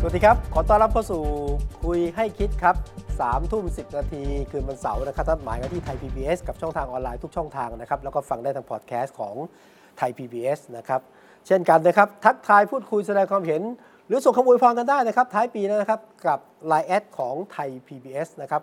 สวัสดีครับ ขอต้อนรับเข้าสู่คุยให้คิดครับ3ามทุ่มสินาที คืนวันเสาร์นะครับนัดหมายกันที่ไทย PBS กับช่องทางออนไลน์ทุกช่องทางนะครับ แล้วก็ฟังได้ทางพอดแคสต์ของไทย PBS นะครับ เช่นกันนะครับ ทักทายพูดคุยแสดงความเห็น หรือส่งคำอวยพรกันได้นะครับ ท้ายปีแล้วนะครับ กับ Line แอดของไทย PBS นะครับ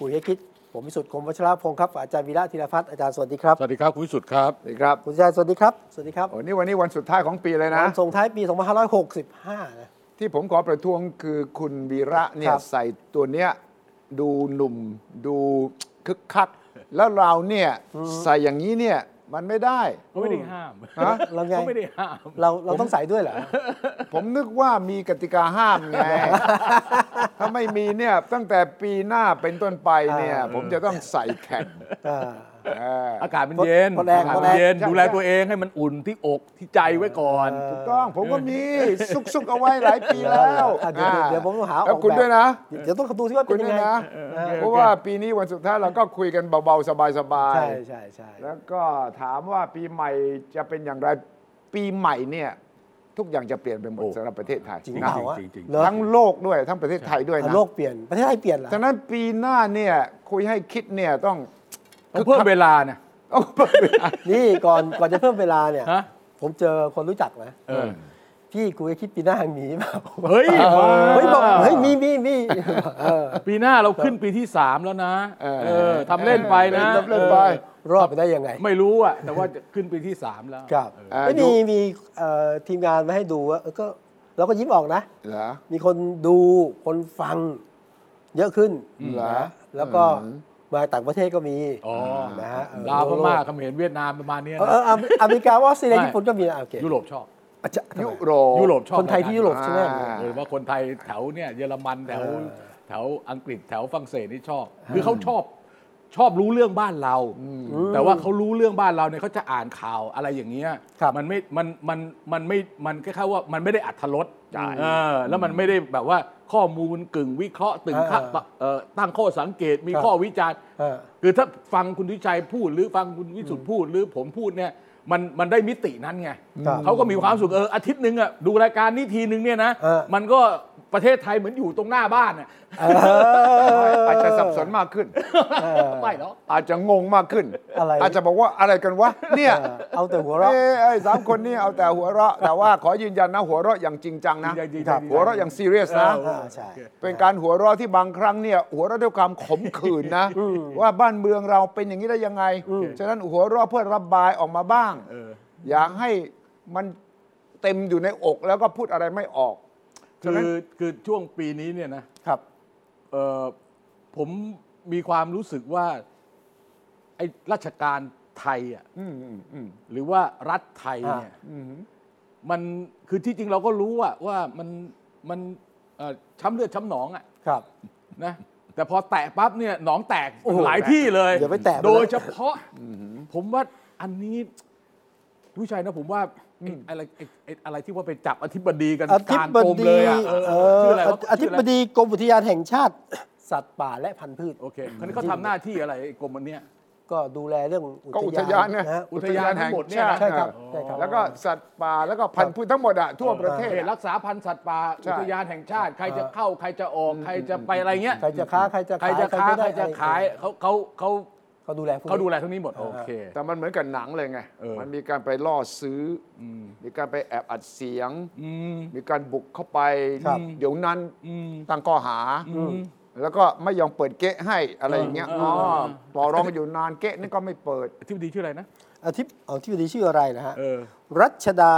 คุยให้คิด ผมวิสุทธิ์คมวัชรพงศ์ครับ อาจารย์วีระธีรพัฒน์อาจารย์สวัสดีครับ สวัสดีครับ คุณวิสุทธ์ครับ สวัสดีครับ คุณอาจารย์สวัสดีครับ สวัสดีครับ โอ้นี่วันนี้วันสุดท้ายของปีเลยนะ วันส่งท้ายปี 2565นะ ที่ผมขอประท้วงคือคุณวีระเนี่ ค ย รับ ใส่ตัวเนี้ยดูหนุ่ม ดูคึกคัก แล้วเราเนี่ยใส่อย่างนี้เนี่ยมันไม่ได้ เขาไม่ได้ห้าม ฮะ เราไง เขาไม่ได้ห้าม เราเราต้องใส่ด้วยเหรอ ผมนึกว่ามีกติกาห้ามไง ถ้าไม่มีเนี่ยตั้งแต่ปีหน้าเป็นต้นไปเนี่ย อ่า ผมจะต้องใส่แข่ง อ่า เออ อากาศมันเย็น พอแรง อากาศ พอ มั แรง นเย็น ใช่ ดูแล ใช่ ตัวเองให้มันอุ่นที่อกที่ใจไว้ก่อน เออ ต้องผมก็มีซุกๆเอาไว้หลายปีแล้ว อ่ะเดี๋ยวเดี๋ยวเดี๋ยวผมต้องหาอ แล้ อ ว ก คุณ แบบ ด้วยนะ เดี๋ยวต้องดูที่ว่า คุ เป็นณยัง นี่ ไง นะ เออ เพราะว่าปีนี้วันสุดท้ายเราก็คุยกันเบาๆ สบาย ใช่ใช่ใช่ ๆ แล้วก็ถามว่าปีใหม่จะเป็นอย่างไรปีใหม่เนี่ยทุกอย่างจะเปลี่ยนไปหมด โอ้ สำหรับประเทศไทย จริงเปล่าวะ จริงๆ เหรอ ทั้งโลกด้วยทั้งประเทศไทยด้วย อ่ะ นะ โลกเปลี่ยนประเทศไทยเปลี่ยนเหรอ ฉะนั้นปีหน้าเนี่ยคุยให้คิดเนี่ยต้อง ต้องเพิ่มเวลานะ ต้องเพิ่มเวลา นี่ก่อนก่อนจะเพิ่มเวลาเนี่ย ฮะ ผมเจอคนรู้จักนะ เออ พี่กูจะคิดปีหน้าหนีเปล่า เฮ้ย เฮ้ยบอกเฮ้ยมีมีมีเออ ปีหน้าเราขึ้นปีที่ 3 แล้วนะเออทำเล่นไปนะ ทำเล่นไป อ รอดไปได้ยังไง อไม่รู้อะแต่ว่าจะขึ้นปีที่ 3 แล้ว ครับ เออ ไม่ ดู มีมีเอ่อทีมงานมาให้ดูว่าเออก็เราก็ยิ้มออกนะ เหรอ มีคนดูคนฟังเยอะขึ้น เหรอ นะแล้วก็มาต่างประเทศก็มี อ๋อ นะฮะเออ ลาวพม่าเขมรเวียดนามประมาณเนี้ย เออ นะ เอออเมอเมริกาว่าซีเรียญี่ปุ่นก็มีนะโอเค ยุโรปชอบ อาจจะ ยุโรป ยุโรปชอบ คนไทยที่ยุโรปใช่ไหม อ่า โดยเฉพาะคนไทยแถวเนี่ยเยอรมันแถว เออ แถวอังกฤษแถวฝรั่งเศสนี่ชอบ คือเขาชอบชอบรู้เรื่องบ้านเรา แต่ว่าเขารู้เรื่องบ้านเราเนี่ยเขาจะอ่านข่าวอะไรอย่างเงี้ยมันไม่มันมันมันไม่มันแค่แค่ว่ามันไม่ได้อัธรสเออแล้วมันไม่ได้แบบว่าข้อมูลกึ่งวิเคราะห์ตึงข้อเอ่อตั้งข้อสังเกตมีข้อวิจารณ์ เออ คือถ้าฟังคุณทิชัยพูดหรือฟังคุณวิสุทธ์พูดหรือผมพูดเนี่ยมันมันได้มิตินั้นไง ครับ เขาก็มีความสุขเอออาทิตย์หนึ่งอ่ะดูรายการนี้ทีหนึ่งเนี่ยนะ มันก็ประเทศไทยเหมือนอยู่ตรงหน้าบ้านอ่ะ เออ อาจจะสับสนมากขึ้น ไม่หรอก อาจจะงงมากขึ้น อะไร อาจจะบอกว่าอะไรกันวะเนี่ย เออเอาแต่หัวเราะ เอ้ยไอ้สามคนนี่เอาแต่หัวเราะ แต่ว่าขอยืนยันนะหัวเราะอย่างจริงจังนะ ดี ค ใจ รับ ดีใจ หัวเราะอย่างซีเรียสนะ อ่าใช่ เป็นการหัวเราะที่บางครั้งเนี่ยหัวเราะด้วยความขมขื่นนะ ว่าบ้านเมืองเราเป็นอย่างนี้ได้ยังไง ฉะนั้นหัวเราะเพื่อระบายออกมาบ้าง เออ อย่าให้มันเต็มอยู่ในอกแล้วก็พูดอะไรไม่ออก คื ฉะนั้น อคือช่วงปีนี้เนี่ยนะครับ เออผมมีความรู้สึกว่าไอ้ราชการไทยอ่ะ อืมอืมอืม หรือว่ารัฐไทยเนี่ย อืม มันคือที่จริงเราก็รู้อะว่ามันมันเอ่อช้ำเลือดช้ำหนองอะ ครับ นะแต่พอแตะปั๊บเนี่ยหนองแตก โอ้โห หลายที่เลย อย่าไปแตะมันนะ โดยเฉพาะผมว่าอันนี้ผู้ชายนะผมว่าไอ้อะไรไอ้ไอ้อะไรที่ว่าไปจับอธิบดีกัน อก ธิ ลาง บ กรม ดี เลยอะเออ เอ ชื่ อ ออะไรวะ อธิบ ชื่ะไร ดีกรมอุทยานแห่งชาติ สัตว์ป่าและพันธุ์พืช โอเคคนนี้เขาทำหน้าที่อะไรไอ้กรมอันเนี้ย ก็ดูแลเรื่องอุ ก็อุทยาน นะ นะ ฮะ อุทยานทั้งหมดเนี่ยนะ ใช่ครับใช่ครับ แล้วก็สัตว์ป่าแล้วก็พันธุ์พืชทั้งหมดอะทั่วประเทศ เขต อะ รักษาพันธุ์สัตว์ป่า ใช่ อุทยานแห่งชาติ ใครจะเข้าใครจะออกใครจะไปอะไรเงี้ย ใครจะค้าใครจะ ใคร ขาย จะค้าใคร ไม่ได้ จะขายเขาเขาเขา เขาดูแลพวกนี้ เขาดูแลทั้งนี้หมด โอเค แต่มันเหมือนกับหนังเลยไง เออ มันมีการไปล่อซื้ออมีการไปแอบอัดเสียง อืม มีการบุกเข้าไป ครับ เดี๋ยวนั้น อืม ตั้งข้อหา แล้วก็ไม่ยอมเปิดเก๊ะให้อะไรอย่างเงี้ย เอออ๋ อ๋อต่อรองกันอยู่นานเก๊ะนี่ก็ไม่เปิด ที่ดีชื่ออะไรนะ อาทิตย์เอาที่ดีชื่ออะไรนะฮะ เออ รัชดา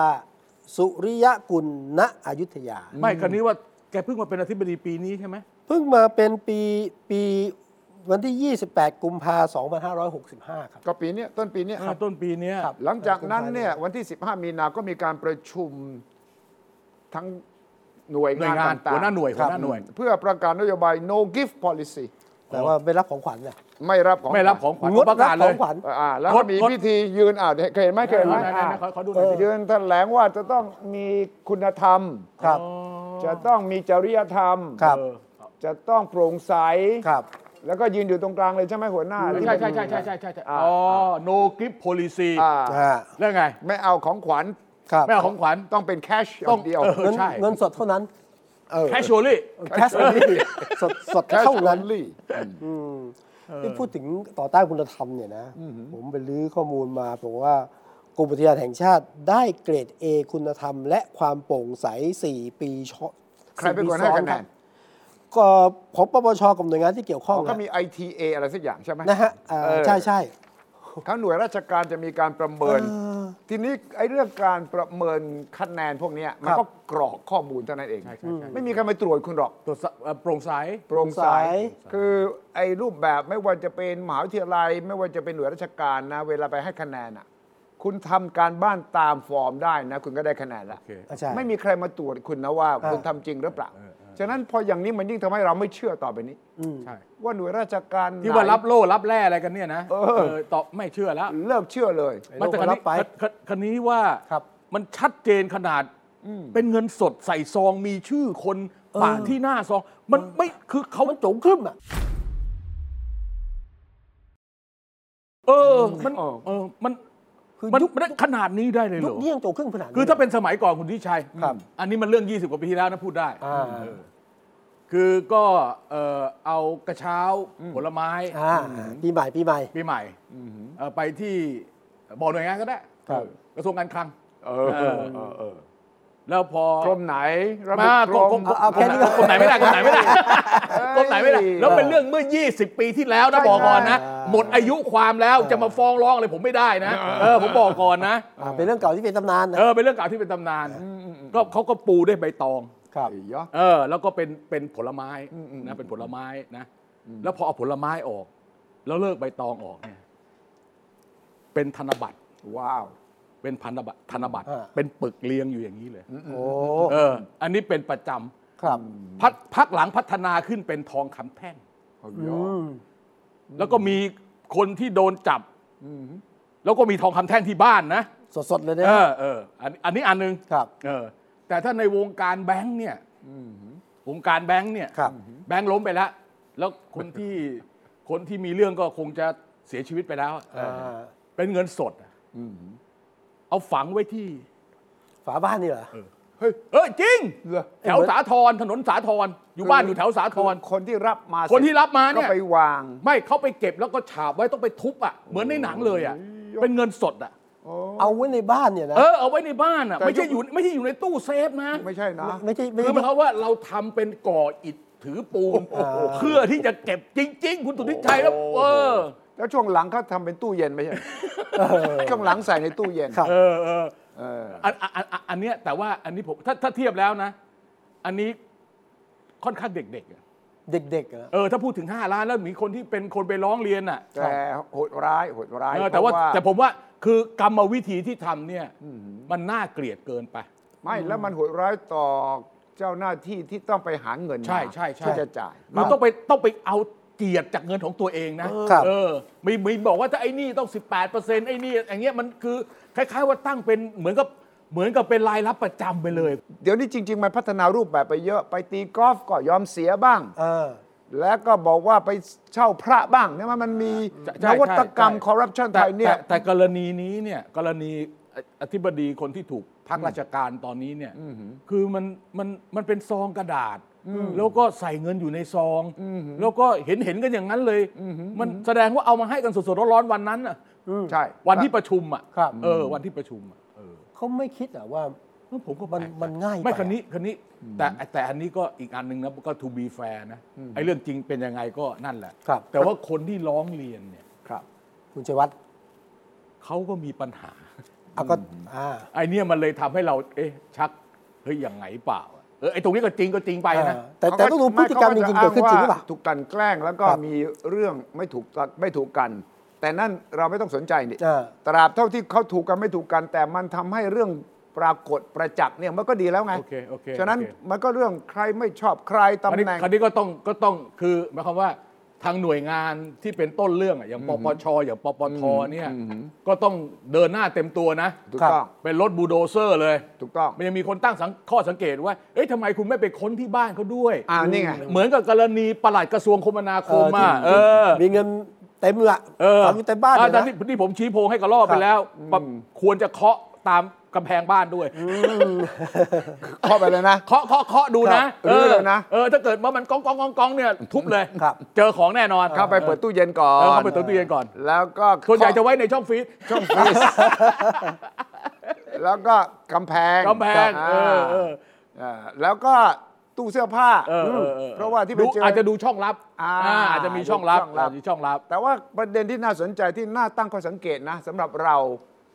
สุริยกุลณอยุธยา ไม่คราวนี้ว่าแกเพิ่งมาเป็นอธิบดีปีนี้ใช่ไหม เพิ่งมาเป็นปีปีวันที่ 28 กุมภา2565 ครับ ก็ปีเนี้ยต้นปีเนี้ย อ่าต้นปีเนี้ย ครับ หลังจากนั้นเนี่ยวันที่ 15 มีนาก็มีการประชุมทั้ง หน่วย หน่วย งาน งาน ต่างๆ หัวหน้าหน่วย ครัหับวหน้าหน่วย เพื่อประกาศนโยบาย no gift policy แต่ว่าไม่รับของขวัญเนี่ย ไม่รับของ ไม่รับของขวัญ งด ปรัระบ กาศ ข เล อย งขวัญ อ่าแล้ว ง ก็ ด มี งด พิธียืนอ่าเคยเห็นไหมเคยเห็นไหม ไหนๆๆ อ่า ขอขอดูหน่อยสิ ยืนแถลงว่าจะต้องมีคุณธรรม ครับ จะต้องมีจริยธรรม ครับ เออ จะต้องโปร่งใส ครับ แล้วก็ยืนอยู่ตรงกลางเลยใช่ไหมหัวหน้าที่ ใช่ เป็น ใช่ใช่ใช่ใช่ใช่ใช่อ๋อ no gift policy อ่า อ่า แล้วไง ไม่เอาของขวัญ ครับ ไม่เอาของขวัญ ต้องเป็นแคช ต้อต้อง งเดียว เออ เงิน ใช่ เงินสดเท่านั้น casually แคชอนลี่สดสด cash เท่านั้น only อืมนี่พูดถึงต่อต้านคุณธรรมเนี่ยนะ ผมไปรื้อข้อมูลมาบอกว่ากรมอุทยานแห่งชาติได้เกรด A คุณธรรม และความโปร่งใส 4 ปีชอ ใครเป็นคนให้คะแนน ก็ผมปปชกับหน่วยงานที่เกี่ยวข้อง เขาก็ นะ มี ITA อะไรสักอย่างใช่ไหม นะฮะอ่า เออ ใช่ใช่ ทั้งหน่วยราชการจะมีการประเมิน ทีนี้ไอ้เรื่องการประเมินคะแนนพวกเนี้ยมัคนรับ ก็กรอกข้อมูลเท่านั้นเอง ใช่ใช่ใช่ ไม่มีใครมาตรวจคุณหรอก ตรวจสอบเอ่อโปร่งใส โปร่งโปใสร่งใส คือไอ้รูปแบบไม่ว่าจะเป็นมหาวิทยาลัย ไม่ว่าจะเป็นหน่วยราชการนะ เวลาไปให้คะแนนอ่ะ คุณทำการบ้านตามฟอร์มได้นะ คุณก็ได้คะแนนละ โอเค อ่ะใช่ ไม่มีใครมาตรวจคุณนะว่าคุณทำจริงหรือเปล่า ฉะนั้นพออย่างนี้มันยิ่งทำให้เราไม่เชื่อต่อไปนี้ ใช่ ว่าหน่วยราชการ ที่ว่า ไหน รับโล่รับแร่อะไรกันเนี่ยนะ เออ เตอบไม่เชื่อแล้ว เลิกเชื่อเลย มันแต่ ไอ้ คัน โลกก็รับนี้ไป คันคันนี้ว่า ครับ มันชัดเจนขนาดเป็นเงินสดใส่ซองมีชื่อคนปะที่หน้าซอง มันไม่คือเขา มันโจงครึ่มอ่ะ เออ มัน เออ เออมัน คือ มัน ยุค มันได้ขนาดนี้ได้เลยเหร ยุค อ นี้ยังโจงครึ่มขนาดนี้ คือถ้าเป็นสมัยก่อนคุณทิชัย ครับ อันนี้มันเรื่อง 20 กว่าปีที่แล้วนะพูดได้ อ่า เออคือก็เอ่อเอากระเช้าผลไม้ อ่าปีใหม่ปีใหม่ ปีใหม่เอ่อไปที่บอกหน่วยงานก็ได้ ครับ เออกระทรวงการคลัง เออ เออ เออเออ แล้วพอก รมไหนระ มา เบียบ กรมกรม เอาเอาแค่นี้ก่อน กรมไหนไม่ได้กรมไหนไม่ได้กรมไหนไม่ได้ เอ้ย แล้วเป็นเรื่องเมื่อ 20 ปีที่แล้วนะ ใช่ บอกก่อนนะ ใช่ หมดอายุความแล้วจะมาฟ้องร้องอะไรผมไม่ได้นะ เออผมบอกก่อนนะ อ่าเป็นเรื่องเก่าที่เป็นตำนานนะ เออเป็นเรื่องเก่าวที่เป็นตำนานก็เขาก็ปูด้วยใบตอง ครับ ไอ้ยะ เออ แล้วก็เป็นเป็นผลไม้นะเป็นผลไม้นะ แล้วพอเอาผลไม้ออก แล้วเลิกใบตองออกเนี่ยเป็นธนบัตร ว้าว เป็นพันบัตรธนบัตร อ่า เป็นปึกเรียงอยู่อย่างนี้เลย โอ้ เออ อันนี้เป็นประจ ครับ ำพักพักหลังพัฒนาขึ้นเป็นทองคำแท่ง อืม แล้วก็มีคนที่โดนจับแล้วก็มีทองคำแท่งที่บ้านนะ สดๆเลยนะ เออเอออันอันนี้อันหนึง ครับ เออแต่ถ้าในวงการแบงค์เนี่ย วงการแบงค์เนี่ย ครับ แบงค์ล้มไปแล้ว แล้วคนที่ คนที่มีเรื่องก็คงจะเสียชีวิตไปแล้วอะ อ่า เป็นเงินสดอะเอาฝังไว้ที่ ฝาบ้านนี่เหรอ เฮ้ยเอ้ยจริง เหรอ แถวสาทรถนนสาทรอยู่บ้านอยู่แถวสาทร คนที่รับมา คนที่รับมา ก็ เนี่ย ไปวาง ไม่เขาไปเก็บแล้วก็ฉาบไว้ต้องไปทุบอ่ะ เหมือนในหนังเลยอ่ะ เป็นเงินสดอ่ะ เอาไว้ในบ้านเนี่ยนะ เออเอาไว้ในบ้านอ่ะ แต่ ไม่ใช่ ยุค อยู่ไม่ใช่อยู่ในตู้เซฟนะ ไม่ใช่นะ ไม่ใช่ไม่ คือ ใช่ หมายความว่าเราทำเป็นก่ออิฐถือปูน เพื่อที่จะเก็บจริง ๆ คุณสุทธิชัยแล้วเออ แล้วช่วงหลังเขาทำเป็นตู้เย็นไม่ใช่ช่วงหลังใส่ในตู้เย็น ครับ เออเออ เออ อันอันอันอันอันเนี้ยแต่ว่าอันนี้ผมถ้าถ้าเทียบแล้วนะ อันนี้ค่อนข้างเด็กๆอะ เด็กๆเหรอ เออถ้าพูดถึง 5 ล้านแล้วมีคนที่เป็นคนไปร้องเรียนอ่ะ แต่โหดร้ายโหดร้าย เออแต่ว่า เพระ แต่ผมว่าคือกรรมวิธีที่ทำเนี่ยมันน่าเกลียดเกินไป ไม่แล้วมันโหดร้ายต่อเจ้าหน้าที่ที่ต้องไปหาเงิน ใช่ใช่ใช่ เพื่อจะจ่าย มันต้องไปต้องไปเอาเกียรติจากเงินของตัวเองนะ ครับ เออมีมีบอกว่าถ้าไอ้นี่ต้อง 18เปอร์เซ็นต์ไอ้นี่อย่างเงี้ยมันคือคล้าย ๆ ว่าตั้งเป็นเหมือนกับเหมือนกับเป็นรายรับประจำไปเลย เดี๋ยวนี้จริง ๆ มันพัฒนารูปแบบไปเยอะไปตีกอล์ฟก็ยอมเสียบ้าง เออ แล้วก็บอกว่าไปเช่าพระบ้างเนี่ยมันมี ใช่ใช่ นวัตกรรม ใช่ คอร์รัปชันไท แต่ ยเนี่ แต่ ย แต่กรณีนี้เนี่ยกรณีอธิบดีคนที่ถูกพักราชการตอนนี้เนี่ยคือมันมันมันเป็นซองกระดาษ แล้วก็ใส่เงินอยู่ในซอง แล้วก็เห็นเห็นกันอย่างนั้นเลย มันแสดงว่าเอามาให้กันสดๆร้อนๆวันนั้นอ่ะ ใช่ วันที่ประชุมอ่ะ ครับ เออวันที่ประชุมอ่ะเออ เขาไม่คิดเหรอว่า ผมก็ มัน แปลกใจ มันง่ายไป ไม่ อะ คันนี้คันนี้แต่แต่อันนี้ก็อีกอันหนึ่งนะก็ to be fair นะไอ้เรื่องจริงเป็นยังไงก็นั่นแหละ ครับ แต่ว่าคนที่ร้องเรียนเนี่ย ครับ คุณชัยวัฒน์ เขาก็มีปัญหา เอาก็อ่า ไอ้เนี่ยมันเลยทำให้เรา เอ๊ะ ชัก เฮ้ยอย่างไงเปล่าอะเออไอ้ตรงนี้ก็จริงก็จริงไปนะ อ่า แต่แต่ต้องดูพฤติกรรมจริงๆเกิดขึ้นจริงหรือเปล่า ถูกกลันแกล้งแล้วก็ ครับ มีเรื่องไม่ถูกตัดไม่ถูกกัน แต่นั่นเราไม่ต้องสนใจนี่ เออ ตราบเท่าที่เขาถูกกันไม่ถูกกัน แต่มันทำให้เรื่อง ปรากฏประจักษ์เนี่ยมันก็ดีแล้วไง โอเคโอเค ฉะนั้น โอเค มันก็เรื่องใครไม่ชอบใครตำ คราวนี้ แหน่ง คราวนี้ก็ต้องก็ต้องคือหมายความว่าทางหน่วยงานที่เป็นต้นเรื่องอะอย่างปปชอย่างปปทเนี่ยก็ต้องเดินหน้าเต็มตัวนะ ถูกต้อง เป็นรถบูลโดเซอร์เลย ถูกต้อง มันยังมีคนตั้งสังข้อสังเกตว่า เอ๊ะทำไมคุณไม่ไปค้นที่บ้านเขาด้วย อ่านี่ไง เหมือนกับกรณีปลัดกระทรวงคมนาคมอ่ะเออ มีเงินเต็มละ เออ ฝังอยู่เต็มบ้าน อ่ เลย แต่ นะ ที่ที่ผมชี้โพงให้กระลอกไปแล้วปะควรจะเคาะตามกำแพงบ้านด้วย เข้าไป เลยนะ เคาะเคาะเคาะดูนะครับ รื้อเลยนะ เออถ้าเกิดว่ามันก้องก้องก้องก้องเนี่ยทุบเลย ครับ เจอของแน่นอน เข้าไปเปิดตู้เย็นก่อ เอน อเข้าไปเปิดตู้เย็นก่อน แล้วก็ ส่วนใหญ่จะไว้ในช่องฟรีซ ช่องฟรีซแล้วก็กำแพง กำแพง อ่า เออเออ เออแล้วก็ตู้เสื้อผ้า เออเออออ เพราะว่าที่ไปเจออ อาจจะดูช่องลับ อ่า อ่าอาจจะมีช่องลับ ดูช่องลับ มีช่องลับ แต่ว่าประเด็นที่น่าสนใจที่น่าตั้งข้อสังเกตนะสำหรับเรา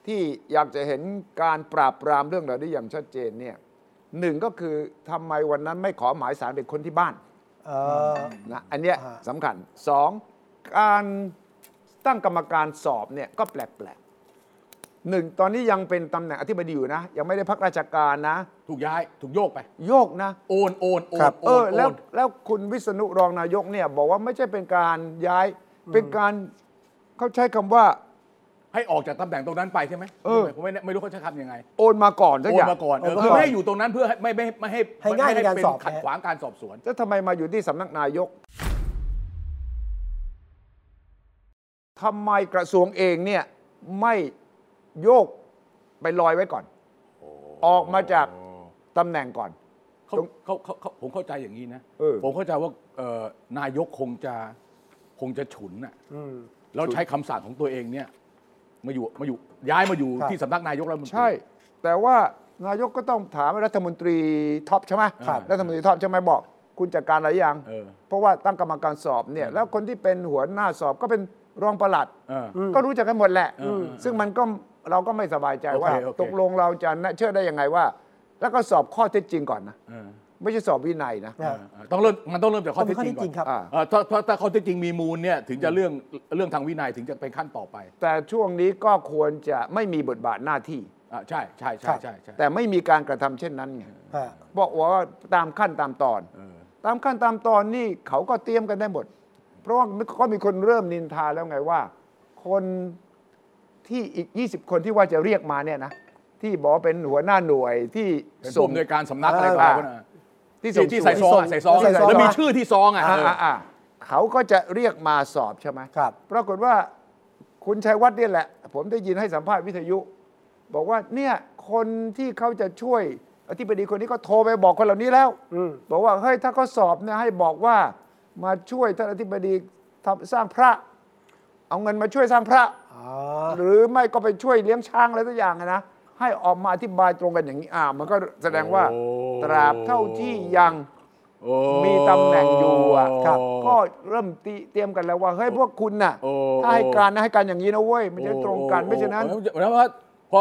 ที่อยากจะเห็นการปราบปรามเรื่องเหล่านี้อย่างชัดเจนเนี่ยหนึ่งก็คือทำไมวันนั้นไม่ขอหมายสารเป็นคนที่บ้าน เออ นะอันเนี้ย อ่า สำคัญสองการตั้งกรรมการสอบเนี่ยก็แปลกๆหนึ่งตอนนี้ยังเป็นตำแหน่งอธิบดีอยู่นะ ยังไม่ได้พักราชการนะ ถูกย้ายถูกโยกไป โยกนะ โอนโอนโอน ครับ โอ เอน อแล้ว โอน แล้วคุณวิษณุรองนายกเนี่ยบอกว่าไม่ใช่เป็นการย้ายเป็นการเขาใช้คำว่า ให้ออกจากตำแหน่งตรงนั้นไปใช่ไหม เออ ผมไม่แน่ไม่รู้เขาจะทำยังไง โอนมาก่อนสัก โอ อน ย่าง มาก่อนเออ โอนมา คือ ก่อน ไม่ให้อยู่ตรงนั้นเพื่อให้ไม่ไม่ไม่ให้ ให้ง่ายในการ ไม่ สอบ เป็นขัด นะ ขวางการสอบสวน แล้วทำไมมาอยู่ที่สำนักนายก ทำไมกระทรวงเองเนี่ยไม่โยกไปลอยไว้ก่อน ออกมาจากตำแหน่งก่อน เขา ตรง เขาเขาเขาผมเข้าใจอย่างนี้นะ เออ ผมเข้าใจว่าเอ่อนายกคงจะคงจะฉุนน่ะ อืม แล้วใช้คำสั่งของตัวเองเนี่ย มาอยู่มาอยู่ย้ายมาอยู่ ครับ ที่สำนักนายกรัฐมนตรี ใช่ แต่ว่านายกก็ต้องถามรัฐมนตรีท็อปใช่ไหม ครับ รัฐมนตรีท็อปใช่ไหมบอก คุณจัดการอะไรยัง เออ เพราะว่าตั้งกรรมการสอบเนี่ย แล้วคนที่เป็นหัวหน้าสอบก็เป็นรองปลัด เออ ก็รู้จักกันหมดแหละ อืม ซึ่งมันก็เราก็ไม่สบายใจ โอเค ว่า โอเค ตกลงเราจะน่าเชื่อได้ยังไงว่า แล้วก็สอบข้อเท็จจริงก่อนนะ เออ ไม่ใช่สอบวินัยนะ นะ เออต้องเริ่มมันต้องเริ่มจากข้อเท็จจริง ต้องเป็นข้อเท็จจริงครัก่อบ น อ่า เออถ้าถ้าถ้าข้อเท็จจริงมีมูลเนี่ย ถึงจะเรื่องเรื่องทางวินัยถึงจะเป็นขั้นต่อไป แต่ช่วงนี้ก็ควรจะไม่มีบทบาทหน้าที่ อ่าใช่ใช่ใช่ใช่ใช่ แต่ไม่มีการกระทำเช่นนั้นไง ฮะ บอกว่าตามขั้นตามตอน ตามขั้นตามตอนนี่เขาก็เตรียมกันได้หมด เพราะว่าก็มีคนเริ่มนินทาแล้วไงว่า คนที่อีก 20 คนที่ว่าจะเรียกมาเนี่ยนะที่บอกว่าเป็นหัวหน้าหน่วยที่ เป็นผู้ ส่ง อำนวยการสำนักอะไร เออ ต่างๆ ที่ ที่ที่ใส่ วย ซองอะใส่ซอง ที่ใส่ซอง แล้วมีชื่อที่ซองอ่ะ อ่ะอ่ะอ่ะเขาก็จะเรียกมาสอบใช่ไหม ครับ ปรากฏว่าคุณชัยวัฒน์เนี่ยแหละ ผมได้ยินให้สัมภาษณ์วิทยุ บอกว่าเนี่ยคนที่เขาจะช่วยอธิบดีคนนี้ก็โทรไปบอกคนเหล่านี้แล้ว อืม บอกว่าเฮ้ยถ้าเขาสอบเนี่ยให้บอกว่ามาช่วยท่านอธิบดีทำสร้างพระ เอาเงินมาช่วยสร้างพระ อ๋อ หรือไม่ก็ไปช่วยเลี้ยงช้างอะไรสักอย่างอะนะให้ออกมาอธิบายตรงกันอย่างนี้อ่ามันก็แสดงว่าตราบเท่าที่ยัง โอ้ มีตำแหน่งอยู่อ่ะ ครับ ก็เริ่มติเตรียมกันแล้วว่าเฮ้ยพวกคุณน่ะ โอ้ ถ้าให้การนะให้การอย่างนี้นะเว้ยมันจะตรงกัน โอ้ ไม่ฉะนั้น โอ้แล้วว่าพอ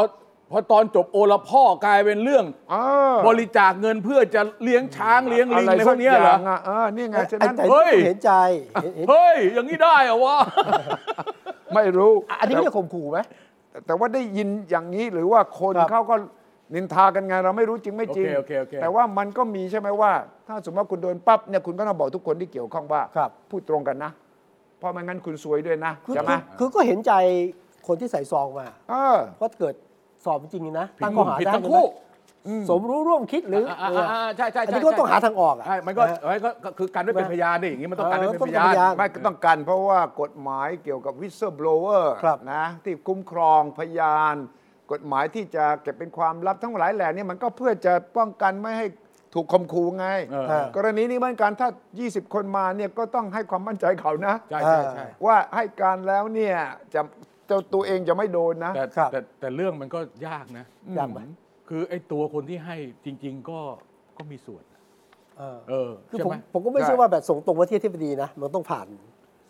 พอตอนจบโอละพ่อกลายเป็นเรื่อง เออบ ริจาคเงินเพื่อจะเลี้ยงช้างเลี้ยงลิงอะไรพวกเนี้ย สั เหรอ ย่างะเออนี่ไงฉะ ไอ้ นั้น ใจ เฮ้ย เห็นใจเห็นเห็น เฮ้ย อย่างนี้ได้เหรอวะ ไม่รู้ อันนี้เรียกข่มขู่ไหม แต่แต่ว่าได้ยินอย่างนี้หรือว่าคน ครับ เขาก็นินทากันไงเราไม่รู้จริงไม่จริง โอเคโอเคโอเค แต่ว่ามันก็มีใช่ไหมว่า ถ้าสมมติว่าคุณโดนปั๊บเนี่ยคุณก็ต้องบอกทุกคนที่เกี่ยวข้องว่า ครับ พูดตรงกันนะ เพราะไม่งั้นคุณซวยด้วยนะ คือ ใช่ไหม คือคือก็เห็นใจคนที่ใส่ซองมา เออ เพราะเกิดสอบจริงๆนะ ผิด ตั้งข้อหา ผิด ได้ ทั้งคู่ สมรู้ร่วมคิดหรือ อ่า เอออ อ่าใช่ใช่ อันใช่นี้ก็ต้องหาทางออกอะ ใช่มันก็เอ้ยก็ก็คือการไม่เป็นพยานดิอย่างนี้มันต้องการไม่เป็น เออต้อง พ เป็น ยา พยาน น ไม่ก็ต้องการเพราะว่ากฎหมายเกี่ยวกับวิสเซอร์บลเวอร์ ครับ นะที่คุ้มครองพยาน กฎหมายที่จะเก็บเป็นความลับทั้งหลายแหล่เนี่ยมันก็เพื่อจะป้องกันไม่ให้ถูกคมคูไง เออ กรณีนี้เหมือนกันถ้า 20 คนมาเนี่ยก็ต้องให้ความมั่นใจเขานะ ใช่ใช่ใช่ ว่าให้การแล้วเนี่ยจะเจ้าตัวเองจะไม่โดนนะ แต่ ครับ แต่แต่เรื่องมันก็ยากนะ ยากไหม อืคือไอ้ตัวคนที่ให้จริง ๆ ก็ก็มีส่วน เออ เออ คือ ใช่ ผม ไหม ผมก็ไม่ ใช่ เชื่อว่าแบบส่งตรงมาที่ที่บดีนะ มันต้องผ่าน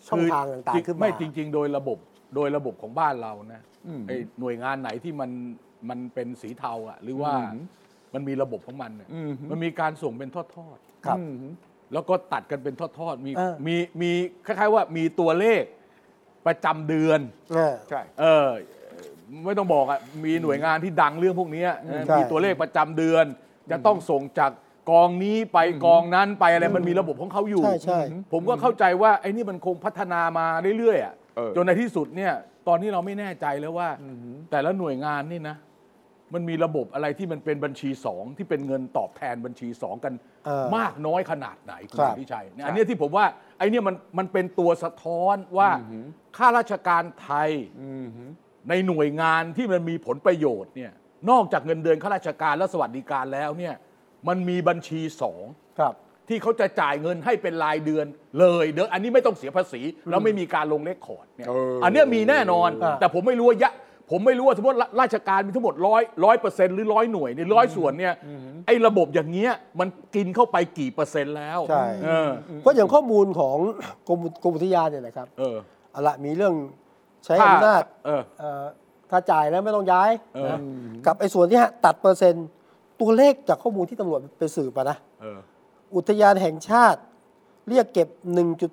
ช่อง คือ ทางต่าง จริ ๆขึ้นมา ไม่จริง ๆ โดยระบบโดยระบบของบ้านเรานะไอ้หน่วยงานไหนที่มันมันเป็นสีเทาอ่ะ หรือว่ามันมีระบบของมันเนี่ยมันมีการส่งเป็นทอดๆ ครับ อืมแล้วก็ตัดกันเป็นทอดๆมี เออ มีมีคล้าย ๆ ว่ามีตัวเลขประจำเดือน เออ ใช่ เออ ไม่ต้องบอกอ่ะมีหน่วยงานที่ดังเรื่องพวกเนี้ย ใช่ มีตัวเลขประจำเดือน จะต้องส่งจากกองนี้ไปกองนั้นไปอะไรมันมีระบบของเขาอยู่ ใช่ใช่ ผมก็เข้าใจว่าไอ้นี่มันคงพัฒนามาเรื่อยๆอะ เออ จนในที่สุดเนี่ยตอนนี้เราไม่แน่ใจแล้วว่า แต่ละหน่วยงานนี่นะ มันมีระบบอะไรที่มันเป็นบัญชีสองที่เป็นเงินตอบแทนบัญชีสองกัน เออ มากน้อยขนาดไหนคุณ ครับ สุทธิชัยเนี่ยอันเนี้ยที่ผมว่าไอ้เนี่ยมันมันเป็นตัวสะท้อนว่าข้าราชการไทย ในหน่วยงานที่มันมีผลประโยชน์เนี่ยนอกจากเงินเดือนข้าราชการและสวัสดิการแล้วเนี่ยมันมีบัญชีสอง ครับ ที่เขาจะจ่ายเงินให้เป็นรายเดือนเลยเด้ออันนี้ไม่ต้องเสียภาษี แล้วไม่มีการลงเลขคอร์ดเนี่ย เอออั อันเนี้ยมีแน่นอน อ่า แต่ผมไม่รู้ว่ายะ ผมไม่รู้ว่าสมมติราราชการมีทั้งหมดร้อยร้อยเปอร์เซ็นต์หรือร้อยหน่วยในร้อยส่วนเนี่ยไอ้ระบบอย่างเงี้ยมันกินเข้าไปกี่เปอร์เซ็นต์แล้ว ใช่ เออ เพราะอย่างข้อมูลของ กรมกรมอุทยานเนี่ยนะครับ เออ เอาละมีเรื่องใช้ ถ้า อำนาจ เออ เอ่อถ้าจ่ายแล้วไม่ต้องย้าย เออ นะกับไอ้ส่วนที่ฮะตัดเปอร์เซ็นต์ตัวเลขจากข้อมูลที่ตำรวจไปสืบมานะ เออ อุทยานแห่งชาติเรียกเก็บ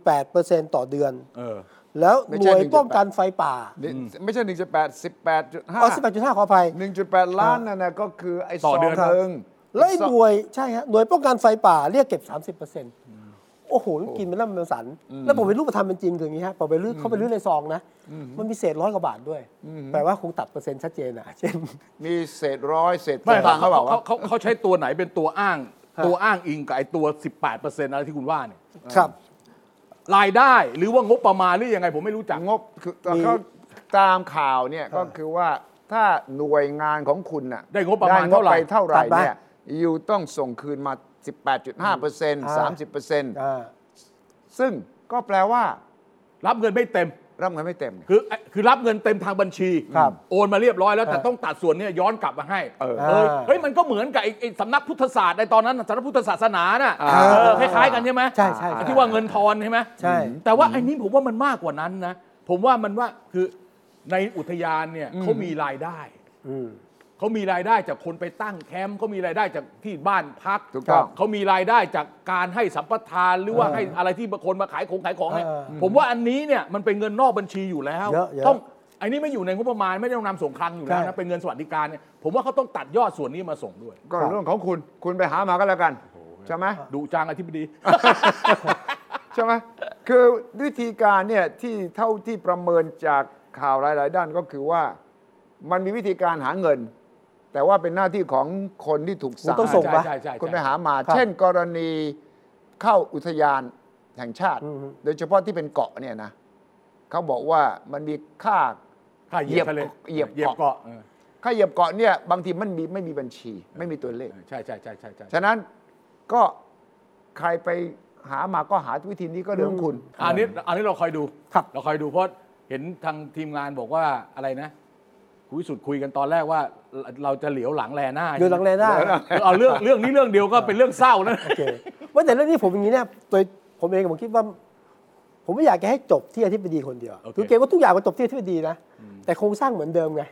1.8%ต่อเดือน เออ แล้ว ไม่ ห ใช่ น่วย 1.8 ป้องกันไฟป่า นี่ไม่ใช่หนึ่งจุดแปดสิบแปดจุดห้า เอา18.5 ขออภัย หนึ่งจุดแปดล้านนั่นนะก็คือไอ้ ต่อซอง เดือน หนึ่ง แล้วไอ้หน่วยใช่ฮะหน่วยป้องกันไฟป่าเรียกเก็บ 30เปอร์เซ็นต์โอ้โหกินเป็นล่ำเป็นสัน แล้วผมไปรูปธรรมเป็นจริงคืออย่างนี้ฮะผมไปรื้อเขาไปรื้อในซองนะ มันมีเศษร้อยกว่าบาทด้วย แปลว่าคงตัดเปอร์เซ็นต์ชัดเจนอ่ะ เช่น มีเศษร้อยเศษ ไม่ ต่างเขา เขา บอกว่า เขาเขาเขาใช้ตัวไหนเป็นตัวอ้าง ฮะ ตัวอ้างอิงกับไอ้ตัว 18%อะไรที่คุณว่าเนี่ย ครับ รายได้หรือว่างบประมาณหรือยังไงผมไม่รู้จัก งบคือ มี เขาตามข่าวเนี่ยก็คือว่าถ้าหน่วยงานของคุณน่ะ ได้งบประมาณเท่าไหร่ ด้งบปเท่าไหร่เนี่ยอยู่ต้องส่งคืนมา 18.5% 30% อ่า ซึ่งก็แปลว่า รับเงินไม่เต็ม รับเงินไม่เต็มไง คือคือรับเงินเต็มทางบัญชี ครับ โอนมาเรียบร้อยแล้วแต่ ครับ ต้องตัดส่วนเนี้ย้อนกลับมาให้ เออ เฮ้ย อ่า เฮ้ยมันก็เหมือนกับไอ้ไอ้สำนักพุทธศาสตร์ในตอนนั้นน่ะสำนักพุทธศาสนาน่ะ อ่า เออคล้ายๆกันใช่ไหม ใช่ใช่ใช่ ไอ้ที่ว่าเงินทอนใช่ไหม ใช่ แต่ว่าไอ้นี้ผมว่ามันมากกว่านั้นนะ ผมว่ามันว่าคือในอุทยานเนี่ยเขามีรายได้ อืม เขามีรายได้จากคนไปตั้งแคมป์เขามีรายได้จากที่บ้านพัก ถูกต้อง เขามีรายได้จากการให้สัมปทานหรือว่าให้อะไรที่บางคนมาขายของขายของเนี่ย เออ ผมว่าอันนี้เนี่ยมันเป็นเงินนอกบัญชีอยู่แล้ว เยอะเยอะ ต้องไอ้นี่ไม่อยู่ในงบประมาณไม่ได้ต้องนำส่งคลังอยู่แล้ว ใช่ นะเป็นเงินสวัสดิการเนี่ยผมว่าเขาต้องตัดยอดส่วนนี้มาส่งด้วย ก็เรื่องของคุณคุณไปหามาก็แล้วกัน ใช่ไหม ดุจังอธิบดี ใช่ไหมคือวิธีการเนี่ยที่เท่าที่ประเมินจากข่าวหลาย ๆ ด้านก็คือว่า มันมีวิธีการหาเงิน แต่ว่าเป็นหน้าที่ของคนที่ถูกสั่ง ต้องส่งปะ ใช่ใช่ใช่ คนไปหามา ครับ เช่น กรณีเข้าอุทยานแห่งชาติ อือฮึ โดยเฉพาะที่เป็นเกาะเนี่ยนะเขาบอกว่ามันมีค่า ถ้าเหยียบทะเล เหยียบเหเกาะยียบเกาะเออ ค่าเหยียบเกาะเนี่ยบางทีมันมีไม่มีบัญชี ไม่มีตัวเลข ใช่ใช่ใช่ใช่ใช่ ฉะนั้นก็ใครไปหามาก็หาวิธีนี้ก็เรื่องของคุณ อันนี้อันนี้เราคอยดู ครับ เราคอยดูเพราะเห็นทางทีมงานบอกว่าอะไรนะคุยสุดคุยกันตอนแรกว่าเราเราจะเหลียวหลังแลหน้า เดือนหลังแรได้ เอาเรื่องเรื่องนี้เรื่องเดียวก็เป็นเรื่องเศร้านะ โอเคว่าแต่เรื่องนี้ผมอย่างนี้เนี่ยโดยผมเองผมคิดว่า ผมไม่อยากจะให้จบที่อธิบดีคนเดียว โอเค คือเกมว่าทุกอย่างมันจบที่อธิบดีนะ แต่โครงสร้างเหมือนเดิมไง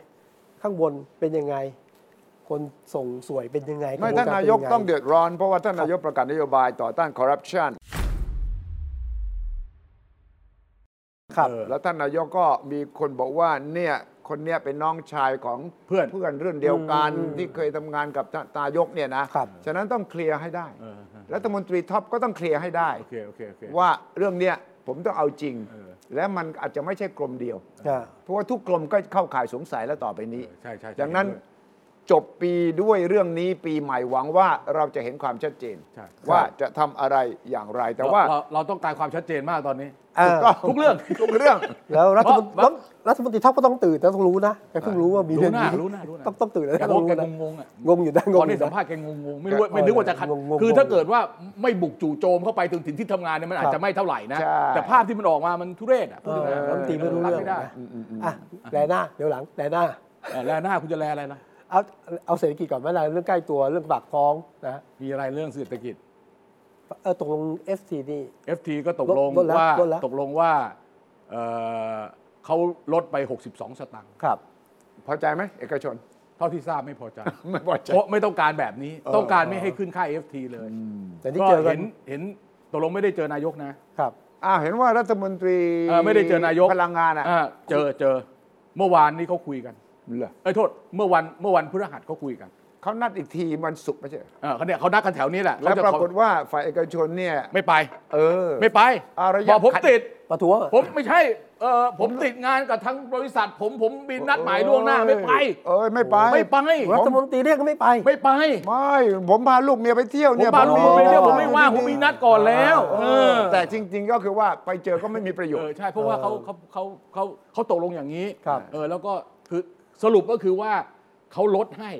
ข้างบนเป็นยังไง คนส่งสวยเป็นยังไง ไม่ กระบว ท่าน กร นายก เป็ ต้องเดือดร้อน เพราะว่าท่านนายกประกาศนโยบายต่อต้านคอร์รัปชัน ครับ แล้วท่านนายกก็มีคนบอกว่าเนี่ยคนเนี่ยเป็นน้องชายของ เพื่อน เพื่อนรุ่นเดียวกันที่เคยทำงานกับท่านนายกเนี่ยนะครับ ฉะนั้นต้องเคลียร์ให้ได้รัฐมนตรีท็อปก็ต้องเคลียร์ให้ได้ โอเคโอเคโอเค ว่าเรื่องเนี้ยผมต้องเอาจริง เออ และมันอาจจะไม่ใช่กรมเดียว อ่า เพราะว่าทุกกรมก็เข้าข่ายสงสัยแล้วต่อไปนี้ ใช่ใช่ใช่ ดังนั้น เห็ด้วย จบปีด้วยเรื่องนี้ปีใหม่หวังว่าเราจะเห็นความชัดเจน ใช่ ว่าจะทำอะไรอย่างไร แต่ เร ว่า เรเราต้องการความชัดเจนมากตอนนี้ อ่า ทุกเรื่อง ทุกเรื่อง แล้วรัฐมนตรีเพราะว่า รัฐมนตรีท็อปก็ต้องตื่นนะต้องรู้นะแกเพิ่งรู้ว่ามีเรื่องนี้ รู้หน้ารู้หน้ารู้หน้า ต้องต้องตื่นนะ แต่ ต้อพว ง ก รู้ แก นะ งงๆอ่ะ งงอยู่นะง ตอง น อ นี้ ยู่ สัม นะ ภาษณ์แกงงงๆไม่รู้ว่า เออ ไม่นึกว่าจะขัด งงๆ คือถ้าเกิดว่าไม่บุกจู่โจมเข้าไปถึงถิ่นที่ทำงานเนี่ยมันอาจจะไม่เท่าไหร่นะ ใช่ แต่ภาพที่มันออกมามันทุเรศอ่ะพูดถึง เออรัฐมนตรีไม่รู้เรื่อง บไม่ได้ อ่ะแลหน้าเดี๋ยวหลังแลหน้า เออแลหน้าคุณจะแลอะไรนะ เอาเอาเศรษฐกิจก่อนไหมล่ะเรื่องใกล้ตัวเรื่องปากท้องนะฮะ มีอะไรเรื่องเศรษฐกิจ เออตกลง FT นี่ FT ก็ตกลง ลดแล้ว ว่า ลดแล้ว ตกลงว่าเอ่อเขาลดไป 62 สตางค์ ครับ พอใจไหมเอกชน เท่าที่ทราบไม่พอใจ ไม่พอใจ เพราะไม่ต้องการแบบนี้ต้องการไม่ให้ขึ้นค่า FT เลย แต่ที่ ก็ เจอกั เห็ น นเห็นตกลงไม่ได้เจอนายกนะครับ อ้าวเห็นว่ารัฐมนตรี เอ่อไม่ได้เจอนายก พลังงานอ่ะ เออเจอเจอเมื่อวานนี้เขาคุยกัน เหรอ เอ้ยโทษเมื่อวันเมื่อวันพฤหัสเขาคุยกัน เขานัดอีกทีวันศุกร์ไม่ใช่เหรอ เออเขาเนี่ยเขานัดกันแถวนี้แหละ แล้ว เขจะ ปรากฏว่าฝ่ายเอกชนเนี่ย ไม่ไป เออ ไม่ไป อ่ะระยะ บอกผม ขัด ติด ประท้วง ผมไม่ใช่เออผมติดงานกับทั้งบริษัท ผมผมมีนัดหมายล่วงหน้าไม่ไป เอ้ยไม่ไป ไม่ไป รัฐมนตรีเรียกก็ไม่ไป ไม่ไป ไม่ผมพาลูกเมียไปเที่ยว ผม เนี่ย พาลูกผมไปเที่ยวผม ไม่ ว่างผมมีนัดก่อนแล้ว เอ เอ อ อ แต่จริง ๆ ก็คือว่าไปเจอก็ไม่มีประโยช เอ น์ อใช่เพราะว่าเขาเขาเขาเขาเขาตกลงอย่างนี้ ครับ เออแล้วก็คือสรุปก็คือว่าเขาลดให้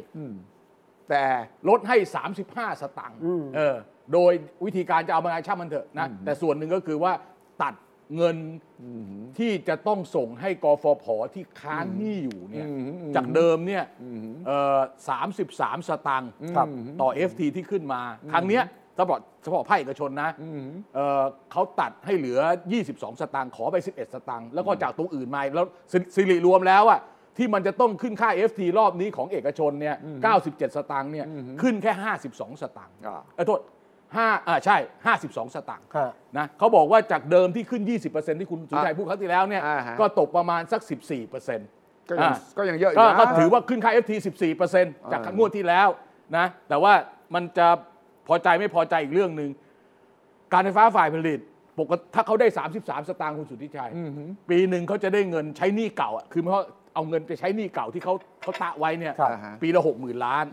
แต่ ลดให้ 35 สตังค์เออโดยวิธีการจะเอามาไงช่างมันเถอะนะแต่ส่วนหนึ่งก็คือว่าตัดเงินที่จะต้องส่งให้กฟผที่ค้างหนี้อยู่เนี่ยจากเดิมเนี่ยเออสามสิบสามสตังค์ ครับ ต่อ FT ที่ขึ้นมา ครั้งเนี้ยเฉพาะเฉพาะภาคเอกชนนะเอ่อเขาตัดให้เหลือ 22 สตางค์ขอไป 11 สตางค์แล้วก็จากตัวอื่นมาแล้วสสิริรวมแล้วอะที่มันจะต้องขึ้นค่า FT รอบนี้ของเอกชนเนี่ย97 สตางค์เนี่ยขึ้นแค่ 52 สตางค์ อ่า เออโทษห้าอ่าใช่ 52 สตางค์ ครับ นะเขาบอกว่าจากเดิมที่ขึ้น 20%ที่คุณสุชัยพูดครั้งที่แล้วเนี่ย อ่าฮะ ก็ตกประมาณสัก 14% ก็ยัง อ่า ก็ยังเยอะอยู่ ก็ นะ ก็ถือว่าขึ้นค่า FT 14%จากงวดที่แล้วนะ แต่ว่ามันจะพอใจไม่พอใจอีกเรื่องหนึ่ง การไฟฟ้าฝ่ายผลิตปกติถ้าเขาได้ 33 สตางค์คุณสุทธิชัย ปีหนึ่งเขาจะได้เงินใช้หนี้เก่าอะคือเขาเอาเงินไปใช้หนี้เก่าที่เขาเขาตะไว้เนี่ย ครับอ่าฮะ ปีละหกหมื่นล้าน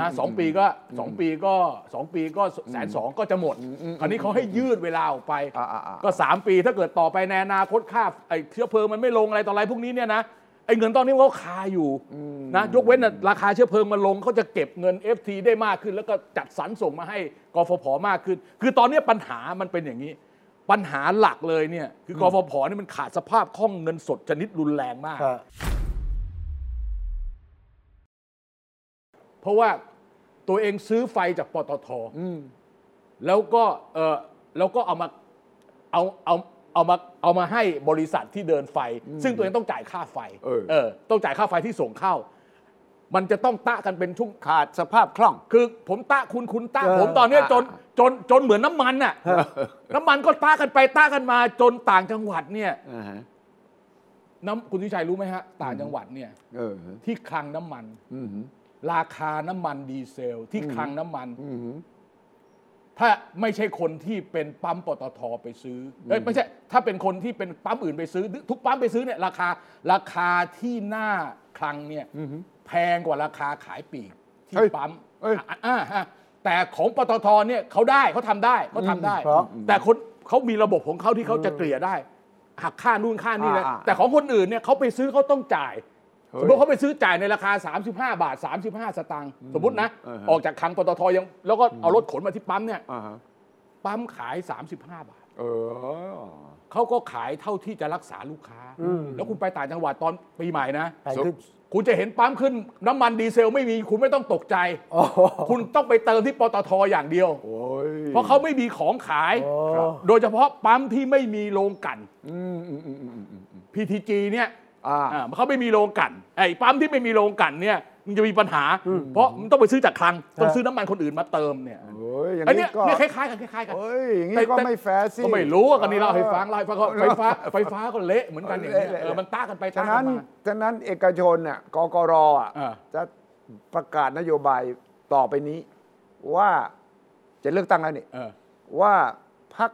นะสองปีก็สองปีก็สองปีก็แสนสองก็จะหมด คราวนี้เขาให้ยืดเวลาออกไป อ่าอ่าอ่า ก็ 3 ปีถ้าเกิดต่อไปในอนาคตค่าไอ้เชื้อเพลิงมันไม่ลงอะไรต่ออะไรพวกนี้เนี่ยนะไอ้เงินตอนนี้มันก็คาอยู่นะยกเว้นน่ะราคาเชื้อเพลิงมันลงเขาจะเก็บเงิน FT ได้มากขึ้น แล้วก็จัดสรรส่งมาให้กฟผมากขึ้น คือตอนเนี้ยปัญหามันเป็นอย่างนี้ ปัญหาหลักเลยเนี่ยคือกฟผนี่มันขาดสภาพคล่องเงินสดชนิดรุนแรงมาก ครับ เพราะว่าตัวเองซื้อไฟจากปตทแล้วก็เออแล้วก็เอามาเอาเอาเอามาเอามาให้บริษัทที่เดินไฟ ซึ่งตัวเองต้องจ่ายค่าไฟ เออ ต้องจ่ายค่าไฟที่ส่งเข้า มันจะต้องตะกันเป็นช่วง ขาดสภาพคล่อง คือผมตะคุณคุณตะ เออ ผมตอนเนี้ย อ่ะ จนจนจนเหมือนน้ำมันน่ะน้ำมันก็ตะกันไปตะกันมาจนต่างจังหวัดเนี่ยน้ำคุณทิชัยรู้ไหมฮะต่างจังหวัดเนี่ย เออ ที่คลังน้ำมัน อืม ราคาน้ำมันดีเซลที่คลังน้ำมัน ถ้าไม่ใช่คนที่เป็นปั๊มปตทไปซื้อเอ้ยไม่ใช่ ถ้าเป็นคนที่เป็นปั๊มอื่นไปซื้อ ทุกปั๊มไปซื้อเนี่ยราคาราคาที่หน้าคลังเนี่ยแพงกว่าราคาขายปลีกที่ปั๊มอ่ะอ่ะอ่ะแต่ของปตทเนี่ยเขาได้เขาทำได้เขาทำได้ เพราะ แต่คนเขามีระบบของเขาที่เขาจะเกลี่ยได้หักค่านู่นค่านี่นะ อ่าอ่า แต่ของคนอื่นเนี่ยเขาไปซื้อเขาต้องจ่าย สมมติเขาไปซื้อจ่ายในราคา 35 บาท 35 สตางค์สมมตินะ อ่าฮะ ออกจากคลังปตทยังแล้วก็เอารถขนมาที่ปั๊มเนี่ย อ่าฮะ ปั๊มขาย 35 บาท เออ เขาก็ขายเท่าที่จะรักษาลูกค้า แล้วคุณไปต่างจังหวัดตอนปีใหม่นะ แพงขึ้น คุณจะเห็นปั๊มขึ้นน้ำมันดีเซลไม่มีคุณไม่ต้องตกใจ โอ้โห คุณต้องไปเติมที่ปตทอย่างเดียว โอ้ย เพราะเขาไม่มีของขาย โอ้ โดยเฉพาะปั๊มที่ไม่มีโรงกลัน อืมอืมอืมอืมอืมอืม PTG เนี่ย อ่า อ่าเขาไม่มีโรงกลันไอ้ปั๊มที่ไม่มีโรงกลันเนี่ยมันจะมีปัญหา เพราะมันต้องไปซื้อจากคลัง ต้องซื้อน้ำมันคนอื่นมาเติมเนี่ย โอ้ยอย่าง ไอ้เนี่ นี้ ย ก็ เนี่ยคล้ายๆกันคล้ายๆกัน โอ้ยอย่างนี้ก็ไม่แฟร์สิ ก็ไม่รู้อ่ะกันนี่เราให้ฟังเราให้ฟังก็ไฟฟ้าไฟฟ้าก็เละเหมือนกันอย่างเงี้ย เละๆ เออมันต้ากันไปต้ากัฉะนั้น นมา ฉะนั้นเอกชนน่ะกกรอ่ะ เออ จะประกาศนโยบายต่อไปนี้ ว่าจะเลือกตั้งแล้วนี่ เออ ว่าพัก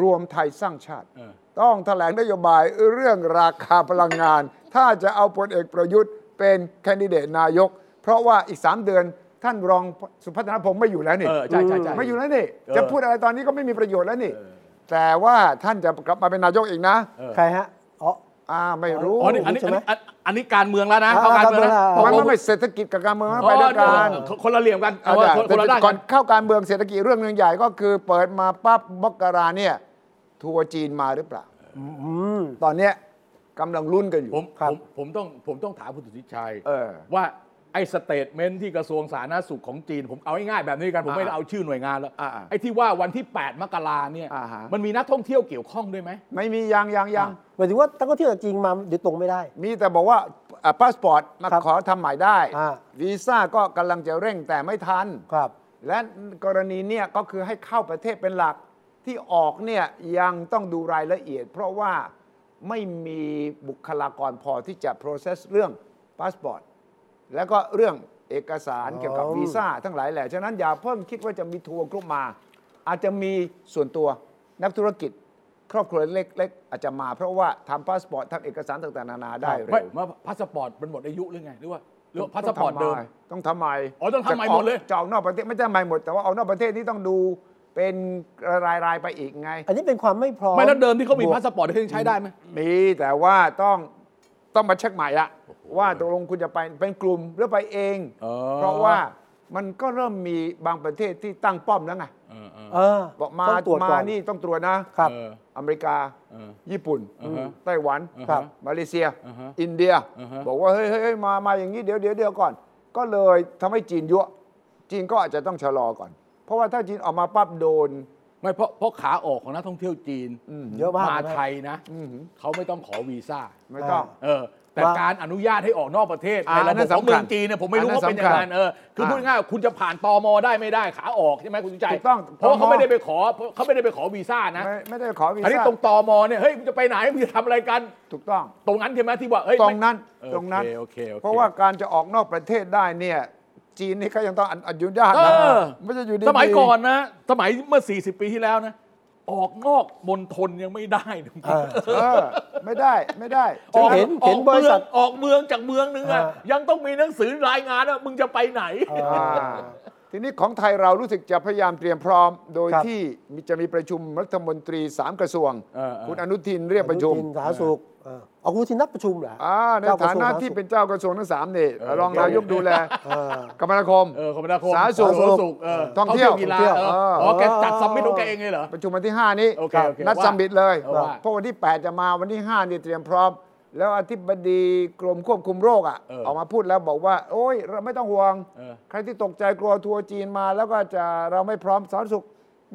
รวมไทยสร้างชาติ เออ ต้องแถลงนโยบายเรื่องราคาพลังงาน ถ้าจะเอาพลเอกประยุทธ์เป็นแคนดิเดตนายก เพราะว่าอีก 3 เดือนท่านรองสุพัฒนพงศ์ไม่อยู่แล้วนี่ เออใช่ใช่ใช่ ไม่อยู่แล้วนี่ เออ จะพูดอะไรตอนนี้ก็ไม่มีประโยชน์แล้วนี่ แต่ว่าท่านจะกลับมาเป็นนายกอีกนะ ใครฮะอ๋อ อ่าไม่รู้ อ๋อนี่อันนี้ ใช่ อัน ไหม นี้อันอันนี้การเมืองแล้วนะ อ่า เข้าการเมืองนะ การเอมัง น แล้ว ไม่ไม่เศรษฐกิจกับการเมือง อ๋อ ไปด้วยกัน เออคนละเหลี่ยมกันเอาว่า อ่า คนคนละด้าน ก่ กั อน น เข้าการเมืองเศรษฐกิจเรื่องหนึ่งใหญ่ก็คือเปิดมาปั๊บมกราเนี่ยทัวร์จีนมาหรือเปล่า อืม ตอนเนี้ยกำลังรุ่นกันอยู่ ผม ครับ ผมผมต้องผมต้องถามคุณสุทธิชัย เออ ว่าไอ้สเตทเมนต์ที่กระทรวงสาธารณสุขของจีน ผมเอาง่ายๆแบบนี้กันผมไม่ได้เอาชื่อหน่วยงานแล้ว อ่าๆ ไอ้ที่ว่าวันที่ 8 มกราเนี่ย อ่าฮะ มันมีนักท่องเที่ยวเกี่ยวข้องด้วยไหม ไม่มียังยังยัง หมายถึงว่าตั้งก็เที่ยวจากจีนมาเดี๋ยวตรงไม่ได้ มีแต่บอกว่าพาสปอร์ตมา ครับ ขอทำใหม่ได้ อ่า วีซ่าก็กำลังจะเร่งแต่ไม่ทัน ครับ และกรณีเนี่ยก็คือให้เข้าประเทศเป็นหลักที่ออกเนี่ยยังต้องดูรายละเอียด เพราะว่าไม่มีบุคลากรพอที่จะ process เรื่องพาสปอร์ต แล้วก็เรื่องเอกสารเกี่ยวกับวีซ่าทั้งหลายแหละฉะนั้นอย่าเพิ่งคิดว่าจะมีทัวร์กรุ๊ปมา อาจจะมีส่วนตัวนักธุรกิจ ครอบครัวเล็กๆอาจจะมาเพราะว่าทำพาสปอร์ตทำเอกสารต่างๆนานาได้เร็ ไม่ ว มาพาสปอร์ตมันหมดอายุหรือไงหรือว่าหรือว่าพาสปอร์ตเดิม ต้องทำใหม่ อ๋อต้องทำใหม่หมดเลย จะออกนอกประเทศไม่ใช่ใหม่หมด แต่ว่าออกนอกประเทศนี่ต้องดูเป็นรายๆไปอีกไง อันนี้เป็นความไม่พร้อม ไม่แล้วเดิมที่เขามี บวก พาสปอร์ตเขายังใช้ได้ไหม มีแต่ว่าต้องต้องมาเช็คใหม่ละว่าตกลงคุณจะไปเป็นกลุ่มหรือไปเอง เออ เพราะว่ามันก็เริ่มมีบางประเทศที่ตั้งป้อมแล้วไง เออเออ เออ บอกมา ต้องตรวจ มา ก่อน นี่ต้องตรวจนะครับ เออ อเมริกา เออ ญี่ปุ่น อือฮะ ไต้หวัน อือฮะ ครับ มาเลเซีย อือฮะ อินเดีย อือฮะ บอกว่าเฮ้ยเฮ้ยเฮ้ยมามาอย่างนี้เดี๋ยวเดี๋ยวเดี๋ยวก่อน ก็เลยทำให้จีนยั่วจีนก็อาจจะต้องชะลอก่อน เพราะว่าถ้าจีนออกมาปั๊บโดน ไม่เพราะเพราะขาออกของนักท่องเที่ยวจีน เยอะมาก ไทยนะเขาไม่ต้องขอวีซ่า ไม่ต้อง เออ แต่ ว่า การอนุญาตให้ออกนอกประเทศ อ่า ในระ นั่ บบขนองสำคัญเมืองจีนเนี่ยผมไม่รู้ อ่านั่ ว่าน เป็น สำคัญ ยังไงเออคือ อ่า พูดง่ายๆคุณจะผ่านตมได้ไม่ได้ขาออกใช่ไหมคุณสุใจ ถูกต้อง เพราะว่า ตม เขาไม่ได้ไปขอเขาไม่ได้ไปขอวีซ่านะ ไม่ไม่ได้ขอวี อันนี้ ซ่า ตรงตมเนี่ยเฮ้ยคุณจะไปไหนคุณจะทำอะไรกัน ถูกต้อง ตรงนั้นใช่ไหมที่ว่าเฮ้ย ตรงนั้น ไม่ ตรงนั้น โอเคโอเคโอค เพราะว่าการจะออกนอกประเทศได้เนี่ย จีนนี่เขายังต้องอนุญาต เอ นะ อ ไม่ใช่อยู่ดีๆ สมัยก่อนนะ สมัยเมื่อ 40 ปีที่แล้วนะ ออกนอกมณฑลยังไม่ได้นะ เออ เออไม่ได้ไม่ได้ เออเห็นเห็นบริษัท ออกเมืองจากเมืองนึงอะ เออ ยังต้องมีหนังสือรายงานว่ามึงจะไปไหน อ่าทีนี้ของไทยเรารู้สึกจะพยายามเตรียมพร้อม โดย ครับ ที่มีจะมีประชุมรัฐมนตรี 3 กระทรวง เออเออ คุณอนุทินเรียกประชุม อนุทินสาธารณสุขเออเอาคุณอนุทินนัดประชุมเหรอ อ่าใน เจ้กร ฐา ทรวงสธนะรณสุข ที่เป็นเจ้ากระทรวงทั้งสามนี่รองนายกดูแล เออ กรรมนาคม เออคมนาคม สาธารณสุข เออ ท่องเที่ยว กีท่อฬางเที่ยว เออ เอออ๋ อ๋อแกจัดซัมมิตของแกเองเลยเหรอ ประชุมวันที่ 5 นี้ โอเค ครับ โอเค นัด ว่า ซัมมิตเลย เออว่า เพราะวันที่ 8 จะมาวันที่ 5 นี่เตรียมพร้อม แล้วอธิบดีกรมควบคุมโรคอ่ะ เออ ออกมาพูดแล้วบอกว่า โอ้ยเราไม่ต้องห่วง เออ ใครที่ตกใจกลัวทัวร์จีนมา แล้วก็จะเราไม่พร้อมสาธารณสุข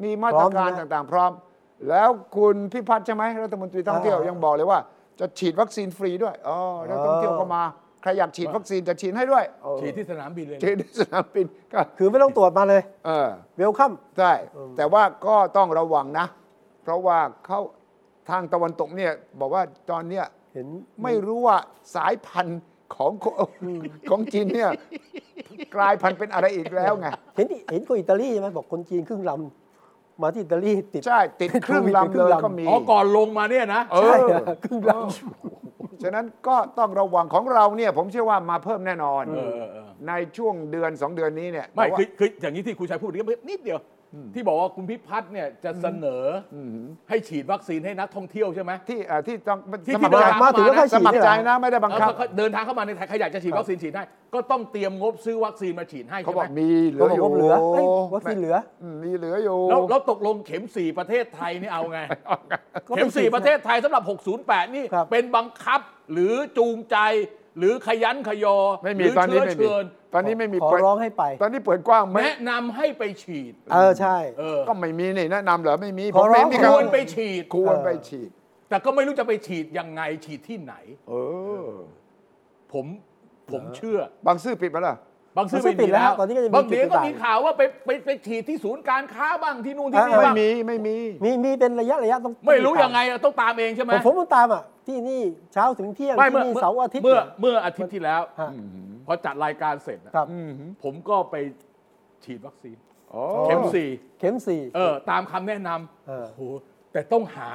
มีมาตรพการร้อมนะ ต่างๆ พร้อม แล้วคุณพิพัฒน์ใช่ไหมรัฐมนตรีท่องเที่ยว อ่ายั ยังบอกเลยว่า จะฉีดวัคซีนฟรีด้วยอ๋อนักท่องเที่ยวก็มาใครอยากฉีดวัคซีนจะฉีดให้ด้วยเออ ฉีดที่สนามบินเลยนะ ฉีดที่สนามบินก็ คือไม่ต้องตรวจมาเลย เออ เวลคัม ใช่ แต่ว่าก็ต้องระวังนะ เพราะว่าเขาทางตะวันตกเนี่ยบอกว่าตอนเนี้ย เห็น ไม่รู้ว่าสายพันธุ์ของโคของจีนเนี่ยกลายพันธุ์เป็นอะไรอีกแล้วไง เห็นเห็นคนอิตาลีใช่ไหมบอกคนจีนครึ่งลำมาที่อิตาลีติด ใช่ ติดเครื่องลำเลยก็มี อ๋อก่อนลงมาเนี่ยนะ เอ ใช่ อ อะครึ่งล ฉะนั้นก็ต้องระวังของเราเนี่ย ผมเชื่อว่ามาเพิ่มแน่นอน เออเออเออ ในช่วงเดือนสองเดือนนี้เนี่ย ไม่ เพราะว่า คือคืออย่างนี้ที่คุณชายพูดเมื่อกี้นิดเดียว ที่บอกว่าคุณพิพัฒน์เนี่ยจะเสนออให้ฉีดวัคซีนให้นักท่องเที่ยวใช่ไหม ที่เอ่อที่ต้อง ที่ ส ที่ มัคร เดินใจำทางมาถึงก็ค่อย ส ฉีด มัคร นี่เห ใจ รอ นะไม่ได้บังคับ เอาเขาเดินทางเข้ามาในไทยใครอยากจะฉีดวัคซีนฉีดได้ ก็ต้องเตรียมงบซื้อวัคซีนมาฉีดให้ เขา ใช่ บ ไหม อกมีเหลืออยู่ เขาบอกว่าเหลือเอ้ยวัคซีนเหลือ มมีเหลืออยู่ แล้วแล้วตกลงเข็ม 4 ประเทศไทยนี่เอาไง เข็ม 4 ประเทศไทยสำหรับ 608 นี่ ครับ เป็นบังคับหรือจูงใจ หรือขยันขยอ ไม่ ห มี รือ ตอนนี้ เชื้อ ไม่มี เชิญ ตอนนี้ไม่มี ขอ เปิด ร้องให้ไป ตอนนี้เปิดกว้างไหม แนะนำให้ไปฉีด เออใช่ เออ ก็ไม่มีนี่แนะนำเหรอไม่มี ขอร้อง ผมเห็นมี ค กาว ร ร ไปฉีด ควรไป เออ ฉีด แต่ก็ไม่รู้จะไปฉีดยังไงฉีดที่ไหน เออ ผมผมเชื่อ บางซื่อปิดไปละ บางซื่อบ างซื่ ไม่ อปิ มี ดแล้ แล้ว ว ตอนนี้ก็จะมี บางเดียวก็ จุดต่างๆ มีข่าวว่าไปไปไปฉีดที่ศูนย์การค้าบ้างที่นู่นที่ อ่า นี่ ไม่ บ้าง มีไม่มี มีมีเป็นระยะระยะต้อง ไม่รู้ยังไงอะต้องตามเองใช่ไหม ผมผมต้องตามอ่ะที่นี่เช้าถึงเที่ยง ไม่ ที่ เมื่อ นี่ เมื่อ เสาร์อาทิตย์ เมื่อเมื่ออาทิตย์ที่แล้ว ฮะ พอจัดรายการเสร็จอะ ครับ ผมก็ไปฉีดวัคซีน โอ้ เข็มสี่ เข็มสี่ เออตามคำแนะน เออ ำโอ้โหแต่ต้องหา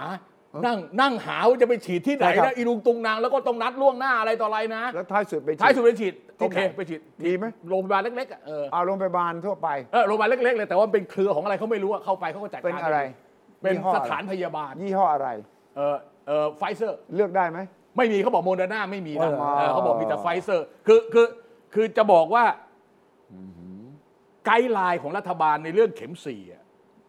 นั่งนั่งหาว่าจะไปฉีดที่ไหน ใช่ครับนะอีลุงตุงนางแล้วก็ต้องนัดล่วงหน้าอะไรต่ออะไรนะ แล้วท้ายสุดไปฉีด ท้ายสุดไปฉีดโอที่เค ไหน ไปฉีด ดีไหม โรงพยาบาลเล็กๆอะเออ เอาโรงพยาบาลทั่วไป เออโรงพยาบาลเล็กๆเลยแต่ว่ามันเป็นเครือของอะไรเขาไม่รู้อะเข้าไปเขาก็จัดการ เป็นอะไร เป็น ยี่ห้อ ส อะไร ถานพยาบาล ยี่ห้ออะไร เออเออไฟเซอร์ เลือกได้ไหม ไม่มีเขาบอกโมเดอร์นาไม่มีนะ อ๋อ เออเขาบอกมีแต่ไฟเซอร์ คือคือคือจะบอกว่าไกด์ไลน์ของรัฐบาลในเรื่องเข็มสี่อะ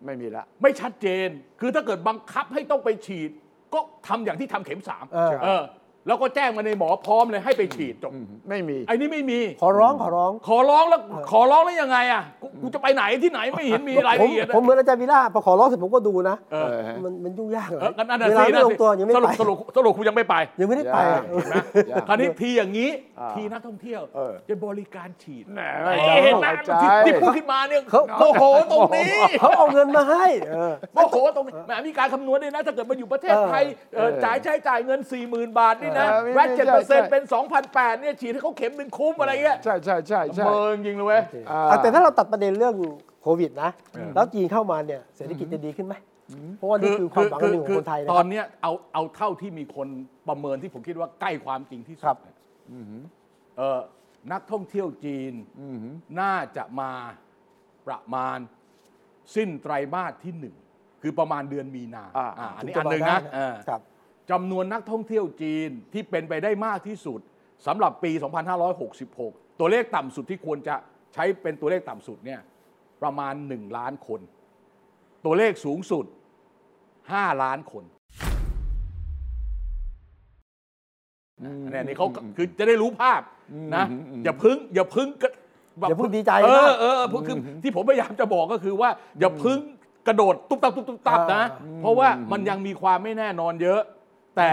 ไม่มีละ ไม่ชัดเจน คือถ้าเกิดบังคับให้ต้องไปฉีด ก็ทำอย่างที่ทำเข็มสาม เออ เออ แล้วก็แจ้งมาในหมอพร้อมเลยให้ไปฉีดจบ ไม่มี ไอ้นี่ไม่มี ขอร้องขอร้อง ขอร้องแล้วขอร้องแล้วยังไงอ่ะกูกูจะไปไหนที่ไหนไม่เห็นมีราย ผม ละเอียดอะ ผมเหมือนอาจารย์วิล่าพอขอร้องเสร็จผมก็ดูนะ เออ มันมันยุ่งยากเหรอ เออกันอัน เวลาไม่ ะ ลงตัวยังไม่ สรุ ไป ปสรุปสรุปคุณยังไม่ไป ยังไม่ได้ไป ยัง เออ อย่า คราวนี้ทีอย่างนี้ อ่า ทีนักท่องเที่ยว เออ จะบริการฉีด แหม เอ้ย ไม่ เห็นไหม เข้าใจ ที่ที่พูดขึ้นมาเนี่ย เขา โมโหตรงนี้ เขาเอาเงินมาให้เออ โมโหตรงนี้แหมมีการคำนวณด้วยนะ ถ้าเกิดมาอยู่ประเทศไทยเอ่อ เออ จ่ายใช้จ่ายเงิน 40,000 บาทนี่ นะ เออ แวด ใช่ เจ็ดเปอร์ ใช่ เซ็นต์เป็นสองพันแปดเนี่ยฉีดให้เขาเข็มหนึ่งคุ้มอะไรเงี้ย ใช่ใช่ใช่ใช่ เมิงจริงเลยเว้ย อ่า อ่ะแต่ถ้าเราตัดประเด็นเรื่องโควิดนะ อืม แล้วจีนเข้ามาเนี่ยเศรษฐกิจจะดีขึ้นไหมเพราะว่านี่คือความหวังอันหนึ่งของคนไทยนะ ต ค อ รั น บ เนี้ยเอาเอาเท่าที่มีคนประเมินที่ผมคิดว่าใกล้ความจริงที่สุ ครั ด บ เนี่ยเออนักท่องเที่ยวจีนน่าจะมาประมาณสิ้นไตรมาสที่หนึ่งคือประมาณเดือนมีนา อ่า อ่าอัน ถึ นี้ จ อันหนึ่ง มา นะ ได้ เออ ครับ จำนวนนักท่องเที่ยวจีนที่เป็นไปได้มากที่สุดสำหรับปี 2566 ตัวเลขต่ำสุดที่ควรจะใช้เป็นตัวเลขต่ำสุดเนี่ยประมาณ 1 ล้านคน ตัวเลขสูงสุด 5 ล้านคนเนี่ยนี่เขาคือจะได้รู้ภาพนะ อย่าพึ่งอย่าพึ่งกระแบบ อย่าเพิ่งดีใจ เออ มาก เออเออคือคือที่ผมพยายามจะบอกก็คือว่า อย่าพึ่งกระโดดตุ๊บตับตุ๊บตุ๊บตับนะ อ่า เพราะว่ามันยังมีความไม่แน่นอนเยอะ แต่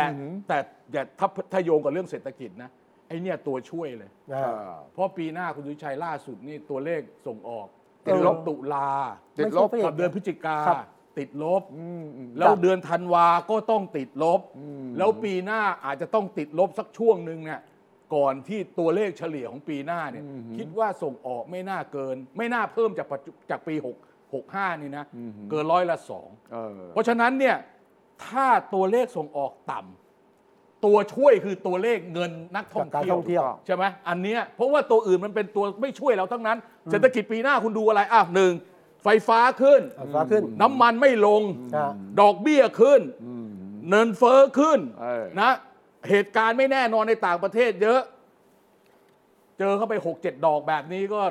แต่อย่าถ้าถ้าโยงกับเรื่องเศรษฐกิจนะไอเนี่ยตัวช่วยเลย อ่า เพราะปีหน้าคุณดุชัยล่าสุดนี่ตัวเลขส่งออก ติดลบ เดือนตุลา ติดลบ ไม่ใช่ กับเดือนพฤศจิกา ครับ ติดลบ อืม แล้วเดือนธันวาก็ต้องติดลบ แล้วปีหน้าอาจจะต้องติดลบสักช่วงหนึ่งเนี่ยก่อนที่ตัวเลขเฉลี่ยของปีหน้าเนี่ยคิดว่าส่งออกไม่น่าเกิน ไม่น่าเพิ่มจากปัจจุจากปี6 65 นี่นะ เกินร้อยละสอง เออ เพราะฉะนั้นเนี่ยถ้าตัวเลขส่งออกต่ำตัวช่วยคือตัวเลขเงินนักท่อง จากการ เที่ย ท่ ว องเที่ยว ใช่ไหมอันเนี้ยเพราะว่าตัวอื่นมันเป็นตัวไม่ช่วยเราทั้งนั้น เศรษฐกิจปีหน้าคุณดูอะไรอ่ะหนึ่งไฟฟ้าขึ้น อ่ะฟ้าขึ้น น้ำมันไม่ลง อ่า ดอกเบี้ยขึ้น เนินเฟ้อขึ้น เออ นะ เหตุการณ์ไม่แน่นอนในต่างประเทศเยอะ เจอเข้าไป 6 7 ดอกแบบนี้ก็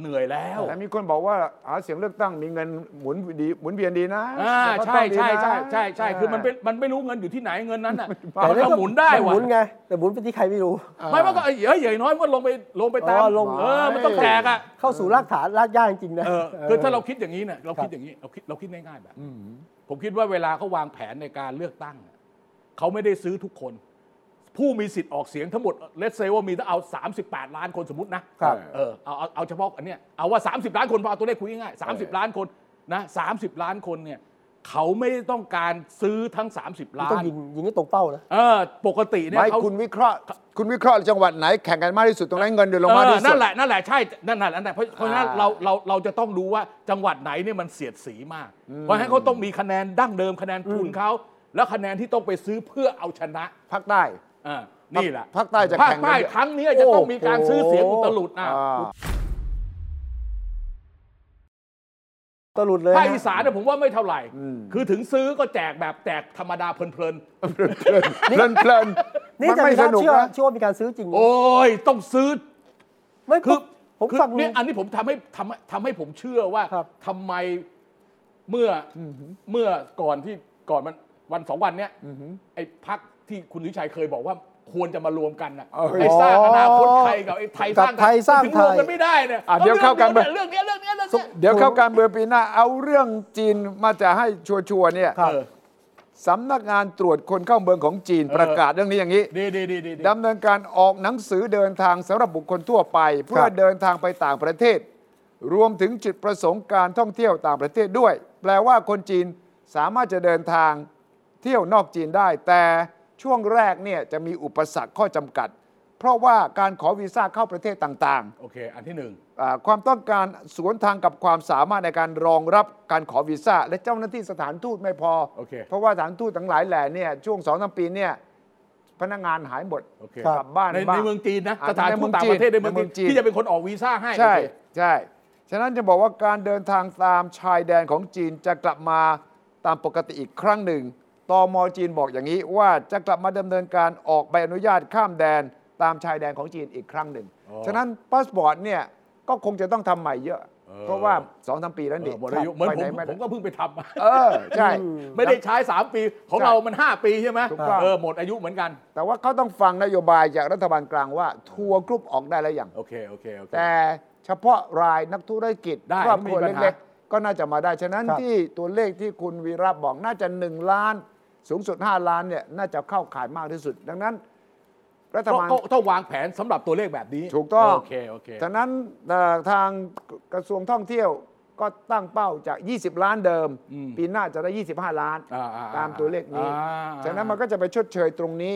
เหนื่อยแล้ว แต่มีคนบอกว่าหาเสียงเลือกตั้งมีเงินหมุนดีหมุนเวียนดีนะ อ่า ก็ ใช่ ต้องดี ใช่ นะ ใช่ใช่ใช่คือมันเป็น เ มันไม่รู้เงินอยู่ที่ไหนเงินนั้นอ่ะ แต่ มันก็หมุนได้ มั วะ หมุนไงแต่หมุนไปที่ใครไม่รู้ ไม่มันก็เอ้ยเอ้ยอย่างน้อยมันก็ลงไปลงไปตาม อ๋อลง เออมันต้องแจกอ่ะ เข้าสู่รากฐานรากหญ้าจริงๆนะ เออ เออ คือถ้าเราคิดอย่างนี้เนี่ยเรา ครับ คิดอย่างนี้เราคิดเราคิดง่ายๆแบบผมคิดว่าเวลาเขาวางแผนในการเลือกตั้งอะเขาไม่ได้ซื้อทุกคน ผู้มีสิทธิ์ออกเสียงทั้งหมดเลสเซว่ามีถ้าเอา 38 ล้านคนสมมตินะครับ เออเอาเอาเอาเฉพาะอันเนี้ยเอาว่า 30 ล้านคนพอเอาตัวเลขคุยง่ายๆ30 ล้านคนนะ30 ล้านคนเนี่ยเขาไม่ได้ต้องการซื้อทั้ง 30 ล้า ต้อง น ยิงยิงให้ตรงเป้านะ เออปกติ ออ เนี่ย ไม่ เขา คุณวิเคราะห์ คุณวิเคราะห์จังหวัดไหนแข่งกันมากที่สุดตรงนั้นเงินเดือนลงมากที่ เออ สุ นั่ ด นแหละนั่นแหละใช่นั่นแหละนั่นแหละเพราะเพราะฉะนั้น อ่า เราเราเราจะต้องดูว่าจังหวัดไหนเนี่ยมันเสียดสีมาก เพราะฉะนั้นเขาต้องมีคะแนนดั้งเดิมคะแนนทุนเขาแล้วคะแนนที่ต้องไปซื้อเพื่อเอาชนะ ภาคใต้ อ่านี่แหละ ภาคใต้จะ ภาค แข่งกัน ใต้ครั้งเนี้ยจะต้องมีการซื้อเสียงอุตลุดนะ อ่า ตะหลุดเลย ภาค นะ อีสานเนี่ยผมว่าไม่เท่าไหร่ คือถึงซื้อก็แจกแบบแจกธรรมดาเพลิน เพลินเพลิน นี่ มัน จะ ไม่ ไม่ ส สนุนุกกเชื่อ นะ เชื่อว่ามีการซื้อจริง ๆ โอ้ยต้องซื้อ ไม่ คื คือ อผม คือ ฟัง เนี่ยอันนี้ผมทำให้ทำให้ทำให้ผมเชื่อว่า ครับ ทำไมเมื่ออเมื่อก่อนที่ก่อนมันวันสองวันเนี้ยไอ้พักที่คุณวิชัยเคยบอกว่าควรจะมารวมกันนะ เออ ไอ้สร้างอนาคตไทยกับไอ้ไทยสร้าง กับไทยสร้าง ถึงรวไทมย กันไม่ได้เนี่ย อ่ะเดี๋ยวเข้ากันไป เรื่องเนี้ยเรื่องเนี้ยเรื่องเนี้ย เดี๋ยวเข้าการเมืองปีหน้าเอาเรื่องจีนมาจะให้ชัวร์ๆเนี่ย ครับ เออ สำนักงานตรวจคนเข้าเมืองของจีนประกาศเรื่องนี้อย่างนี้ ดีดีดีดีดี ดำเนินการออกหนังสือเดินทางสำหรับบุคคลทั่วไป เพื่อเดินทางไปต่างประเทศ รวมถึงจุดประสงค์การท่องเที่ยวต่างประเทศด้วย แปลว่าคนจีนสามารถจะเดินทางเที่ยวนอกจีนได้ แต่ช่วงแรกเนี่ยจะมีอุปสรรคข้อจำกัด เพราะว่าการขอวีซ่าเข้าประเทศต่าง โอเค อันที่หนึ่ง ๆอ่าความต้องการสวนทางกับความสามารถในการรองรับการขอวีซ่าและเจ้าหน้าที่สถานทูตไม่พอ โอเค เพราะว่าสถานทูตทั้งหลายแหล่เนี่ยช่วงสองสามปีเนี่ยพนักงานหายหมด โอเค กลับบ้าน ใน บ้า ในเมืองจีนนะ อ่ะ สถาน ในทูเมืต อง ต่างประเทศในเมือง ในเมืองจีจีน นที่จะเป็นคนออกวีซ่าให้ ใช่ โอเค ใช่ ฉะนั้นจะบอกว่าการเดินทางตามชายแดนของจีนจะกลับมาตามปกติอีกครั้งหนึ่ง ตมจีนบอกอย่างนี้ว่าจะกลับมาดำเนินการออกใบอนุญาตข้ามแดนตามชายแดนของจีนอีกครั้งหนึ่ง อ๋อ ฉะนั้นพาสปอร์ตเนี่ยก็คงจะต้องทำใหม่เยอะ เออ เพราะว่าสองสามปีแล้ว เอ นี่ อหมดอายุเหมือน ไป ผ ไหน ม ไม่ ผ ได้ มก็เพิ่งไปทำมา เออ ใช่ ไม่ได้ใช้ 3 ปีของ ใช่ เรามัน 5 ปีใช่ไหม ถูกต้อง เออหมดอายุเหมือนกัน แต่ว่าเขาต้องฟังนโยบายจากรัฐบาลกลางว่าทัวร์กรุ๊ปออกได้แล้วยัง โอเค โอเค โอเค แต่เฉพาะรายนักธุรกิจ ได้ ครอบครัว ไม่มีปัญหา เล็กๆ ก็น่าจะมาได้ ฉะนั้น ครับ ที่ตัวเลขที่คุณวีระบอกน่าจะ 1 ล้าน สูงสุด 5 ล้านเนี่ยน่าจะเข้าขายมากที่สุด ดังนั้น รัฐ ก็ บาล ก็ต้องวางแผนสำหรับตัวเลขแบบนี้ ถูกต้อง โอเค โอเค ฉะนั้นเอ่อทางกระทรวงท่องเที่ยวก็ตั้งเป้าจาก 20 ล้านเดิม อืม ปีหน้าจะได้ 25 ล้าน อ่าๆๆ ตามตัวเลขนี้ อ่าๆๆ ฉะนั้นมันก็จะไปชดเชยตรงนี้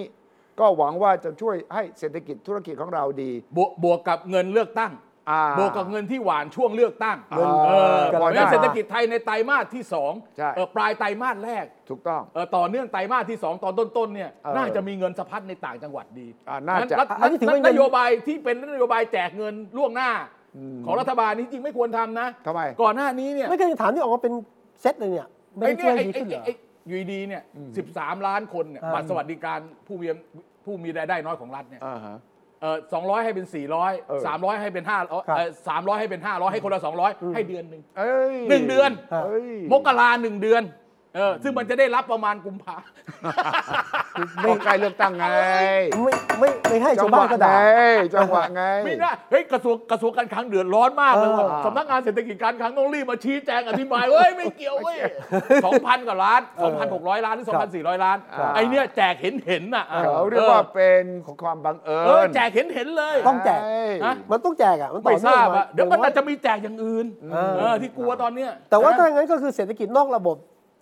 ก็หวังว่าจะช่วยให้เศรษฐกิจธุรกิจของเราดี บวกบวกกับเงินเลือกตั้ง อ่า บวกกับเงินที่หวานช่วงเลือกตั้ง เงิน เออ ก็ เพราะฉะนั้น ได้ เศรษฐกิจไทยในไตรมาสที่สอง ใช่ เออปลายไตรมาสแรก ถูกต้อง เออต่อเนื่องไตรมาสที่สองตอนต้นๆเนี่ย เออ น่าจะมีเงินสะพัดในต่างจังหวัดดี อ่าน่าจะ รัฐ อันนี้ถือว่าเงิน นโยบายที่เป็นนโยบายแจกเงินล่วงหน้า ของรัฐบาลนี้จริงไม่ควรทำนะ ทำไม ก่อนหน้านี้เนี่ย ไม่เคยจะถามที่ออกมาเป็นเซตเลยเนี่ยไม่ ไอ้ ได้ เนี่ ช่วย ย ไอ้ ดีขึ้นเหรอไอ้ไอ้อยูดีๆเนี่ยสิบสามล้านคนเนี่ย อ่า บัตรสวัสดิการผู้มีผู้มีรายได้น้อยของรัฐเนี่ย อ่าฮะ เออสองร้อยให้เป็นสี่ร้อย เออ สามร้อยให้เป็นห้าร้อย ครับ สามร้อยให้เป็นห้าร้อยให้คนละสองร้อยให้เดือนหนึ่ง เอ้ย หนึ่งเดือน ครับ เอ้ย มกราหนึ่งเดือนเออซึ่งมันจะได้รับประมาณกุมภา ก็ใกล้เลือกตั้งไง ไม่ไม่ไม่ให้ จั ชาวบ้าวหะ นก็ ไง ด่า จังหวะไง ไม่น่าเฮ้ยกระทรวงกระทรวงการคลังเดือดร้อนมากเลยว่ะ เออ สำนักงานเศรษฐกิจการคลังต้องรีบมาชี้แจงอธิบายเว้ยไม่เกี่ยวเว้ยสองพันกว่าล้านสองพันหกร้อยล้านหรือสองพันสี่ร้อยล้าน ครับ ไอเนี้ยแจกเห็นเห็นๆน่ะ เขาเรียกว่าเป็นของความบังเอิ เออ ญ แจกเห็นเห็นๆเลย ต้องแจก ใช่ ฮะ มันต้องแจกอ่ะมันต่อ ไม่ท เนื่อง ราบ มา อะเดี๋ยวมัน อางน้อ อาจจะมีแจกอย่างอื่น เออ เออที่กลัวตอนเนี้ย แต่ว่า ใช่ ถ้าอไหมย่างนั้นก็คือเศรษฐกิจนอกระบบ